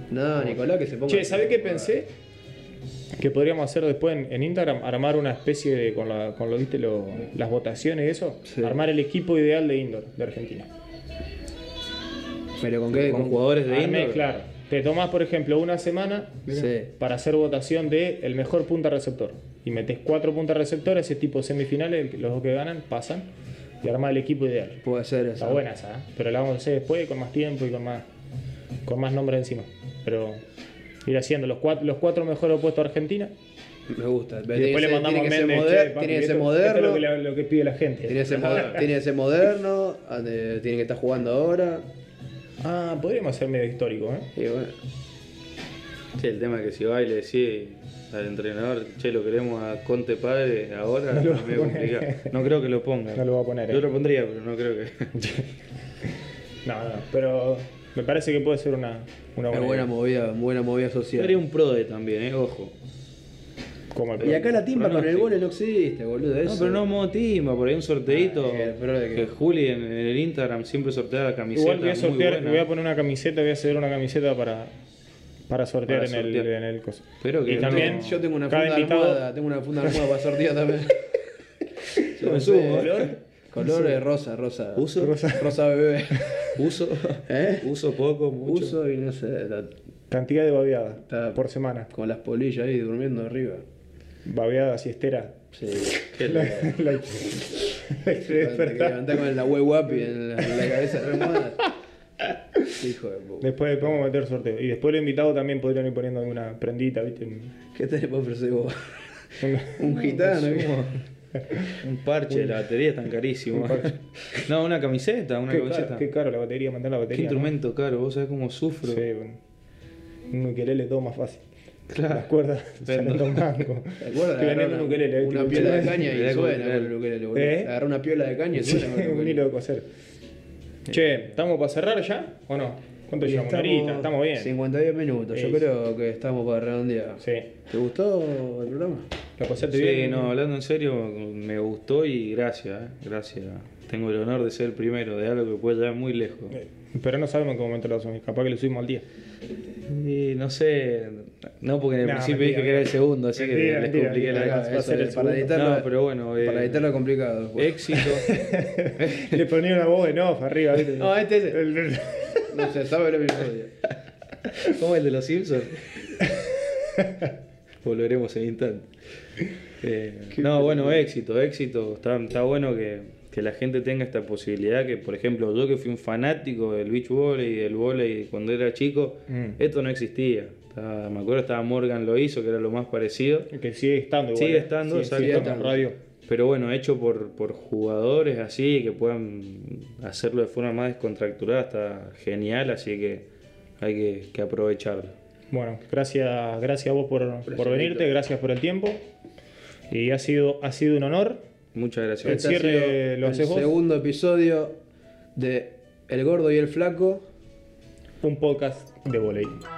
S1: No, Nicolás, que se ponga.
S2: Che, ¿sabés qué pensé? Que podríamos hacer después en, en Instagram, armar una especie de, con, la, con lo, ¿viste? lo- las votaciones y eso,
S1: Sí.
S2: armar el equipo ideal de Indoor de Argentina.
S1: Pero con qué.
S3: Eh, Con jugadores de
S2: Armé,
S3: Indoor.
S2: claro. Te tomás, por ejemplo, una semana
S1: Sí.
S2: para hacer votación de el mejor punta receptor. Y metes cuatro puntas receptores, ese tipo semifinales, los dos que ganan pasan, y armás el equipo ideal.
S1: Puede ser
S2: Está
S1: eso.
S2: buena esa, ¿eh? pero la vamos a hacer después y con más tiempo y con más con más nombres encima. Pero ir haciendo los cuatro, los cuatro mejores opuestos a Argentina.
S1: Me gusta.
S2: Y después le mandamos
S1: tiene
S2: a
S1: que ser
S2: Méndez.
S1: moder-
S2: "Che, papi,
S1: tiene que
S2: esto-
S1: ser
S2: esto
S1: moderno.
S2: es lo que, lo que pide la gente.
S1: Tiene que ser moderno, tiene que ser moderno, ande- tiene que estar jugando ahora.
S2: Ah, podríamos hacer medio histórico, ¿eh?
S1: Y bueno,
S3: Sí, el tema es que si va y le decís al entrenador, che, lo queremos a Conte Padre
S2: *laughs*
S3: ahora,
S2: No lo
S3: es medio
S2: va a poner.
S3: complicado. No creo que lo ponga.
S2: No lo va a poner,
S3: Yo
S2: eh.
S3: lo pondría, pero no
S2: *laughs*
S3: creo que.
S2: No, no, pero me parece que puede ser una, una
S1: es
S2: buena,
S1: buena
S2: idea.
S1: movida, buena movida
S3: Yo haría
S1: social.
S3: un pro de también, eh, ojo.
S2: Como el
S1: Y acá la timba con el
S3: Pronóstico.
S1: gol no existe, boludo.
S3: No,
S1: Eso.
S3: pero no modo timba, por ahí un sorteito.
S1: Ah, eh, pero de
S3: que...
S1: que-
S3: Juli en, en el Instagram siempre sortea la camiseta.
S2: Igual voy a
S3: muy
S2: sortear,
S3: buena.
S2: voy a poner una camiseta, voy a hacer una camiseta para, para sortear,
S3: Para
S2: en, el,
S3: sortear.
S2: en el coso.
S3: Pero que
S2: y
S3: no-
S2: también
S1: Yo tengo una
S2: cada
S1: funda de
S2: invitado-
S1: almohada, tengo una funda de almohada para sortear
S3: *laughs*
S1: también.
S3: Yo
S1: No
S3: uso,
S1: sé. ¿eh?
S3: color,
S1: Color es rosa, rosa.
S3: Uso.
S1: Rosa, rosa bebé.
S3: uso,
S1: ¿Eh?
S3: uso poco, mucho.
S1: Uso y no sé, está-
S2: Cantidad de babeadas
S1: Está-
S2: por semana.
S1: con las polillas ahí durmiendo arriba.
S2: Babeada, siestera.
S1: Sí.
S3: Qué
S2: La,
S3: loco.
S2: la- la que
S1: Te
S2: despertá.
S1: levantás con la web guapi en la, en la cabeza re almohada. Hijo de puta.
S2: Después le podemos meter sorteo. Y después los invitados también podrían ir poniendo alguna prendita, ¿viste? Un-
S1: ¿Qué te le puedo ofrecer
S3: *laughs*
S1: vos?
S2: un-
S1: Un gitano. ¿qué?
S3: Un parche de la batería es tan
S2: *laughs*
S3: carísimo.
S2: Un parche.
S3: *laughs* no, una camiseta, una
S2: qué,
S3: camiseta.
S2: caro, qué caro la batería, mandar la
S3: Qué
S2: batería. ¿no?
S3: instrumento caro, vos sabés cómo sufro.
S2: Sí, bueno. Un ukelele es todo más fácil.
S3: Claro.
S2: Las cuerdas
S1: *laughs*
S2: salen
S3: Vendo.
S2: dos mangos.
S1: ¿Te acuerdas?
S2: Estoy
S1: Agarrá
S2: vendiendo un ukelele. ¿viste?
S1: una piola de
S2: Sí,
S1: caña
S3: Le da
S1: y
S3: con
S1: suena con
S3: ukelele.
S1: el ukelele, boludo.
S2: ¿Eh?
S1: Agarrá una piola de caña y
S2: *laughs*
S1: suena con el
S2: un
S1: ukelele.
S2: hilo de coser. Che, ¿estamos para cerrar ya o no? ¿Cuánto llevamos? Una horita, estamos bien.
S1: 52 minutos, yo
S2: Sí.
S1: creo que estamos para redondear.
S2: Sí.
S1: ¿Te gustó el programa?
S2: ¿La pasaste
S3: Sí,
S2: bien?
S3: no, hablando en serio, me gustó y gracias, eh, gracias. Tengo el honor de ser el primero, de algo que puede llegar muy lejos.
S2: Eh, Pero no sabemos en qué momento lo asumís. Capaz que lo subimos
S1: *laughs*
S2: al día.
S3: Y no sé, no porque en el
S2: No,
S3: principio
S2: mentira,
S3: dije que era el segundo, así
S2: mentira,
S3: que les
S2: mentira,
S3: compliqué
S2: mentira,
S3: la
S2: va a
S1: Eso
S2: ser
S1: de-
S2: el
S1: para
S2: segundo.
S1: editarlo,
S3: No, pero bueno, eh,
S1: para editarlo es complicado. después.
S2: *laughs*
S3: Éxito.
S2: Le ponía una voz en off arriba. ¿viste?
S1: No, este es el-
S2: El- el-
S1: No se sabe el episodio.
S3: Como el de los Simpsons. Volveremos en instante. Eh, no, bueno, éxito, éxito. Está, está bueno que, que la gente tenga esta posibilidad. Que, por ejemplo, yo que fui un fanático del beach volley y del volley cuando era chico,
S2: Mm.
S3: esto no existía. Estaba- me acuerdo estaba Morgan lo hizo, que era lo más parecido.
S2: Que sigue estando igual.
S3: Sigue
S2: ¿eh?
S3: estando,
S2: Sigue-
S3: exacto.
S2: sigue estando en radio.
S3: Pero bueno, hecho por, por jugadores así, que puedan hacerlo de forma más descontracturada, está genial, así que hay que, que aprovecharlo.
S2: Bueno, gracias, gracias a vos por, por venirte, gracias por el tiempo. Y ha sido, ha sido un honor.
S3: Muchas gracias.
S2: El cierre
S1: Este sido
S2: lo haces
S1: el
S2: vos.
S1: segundo episodio de El Gordo y el Flaco.
S2: Un podcast de voleibol.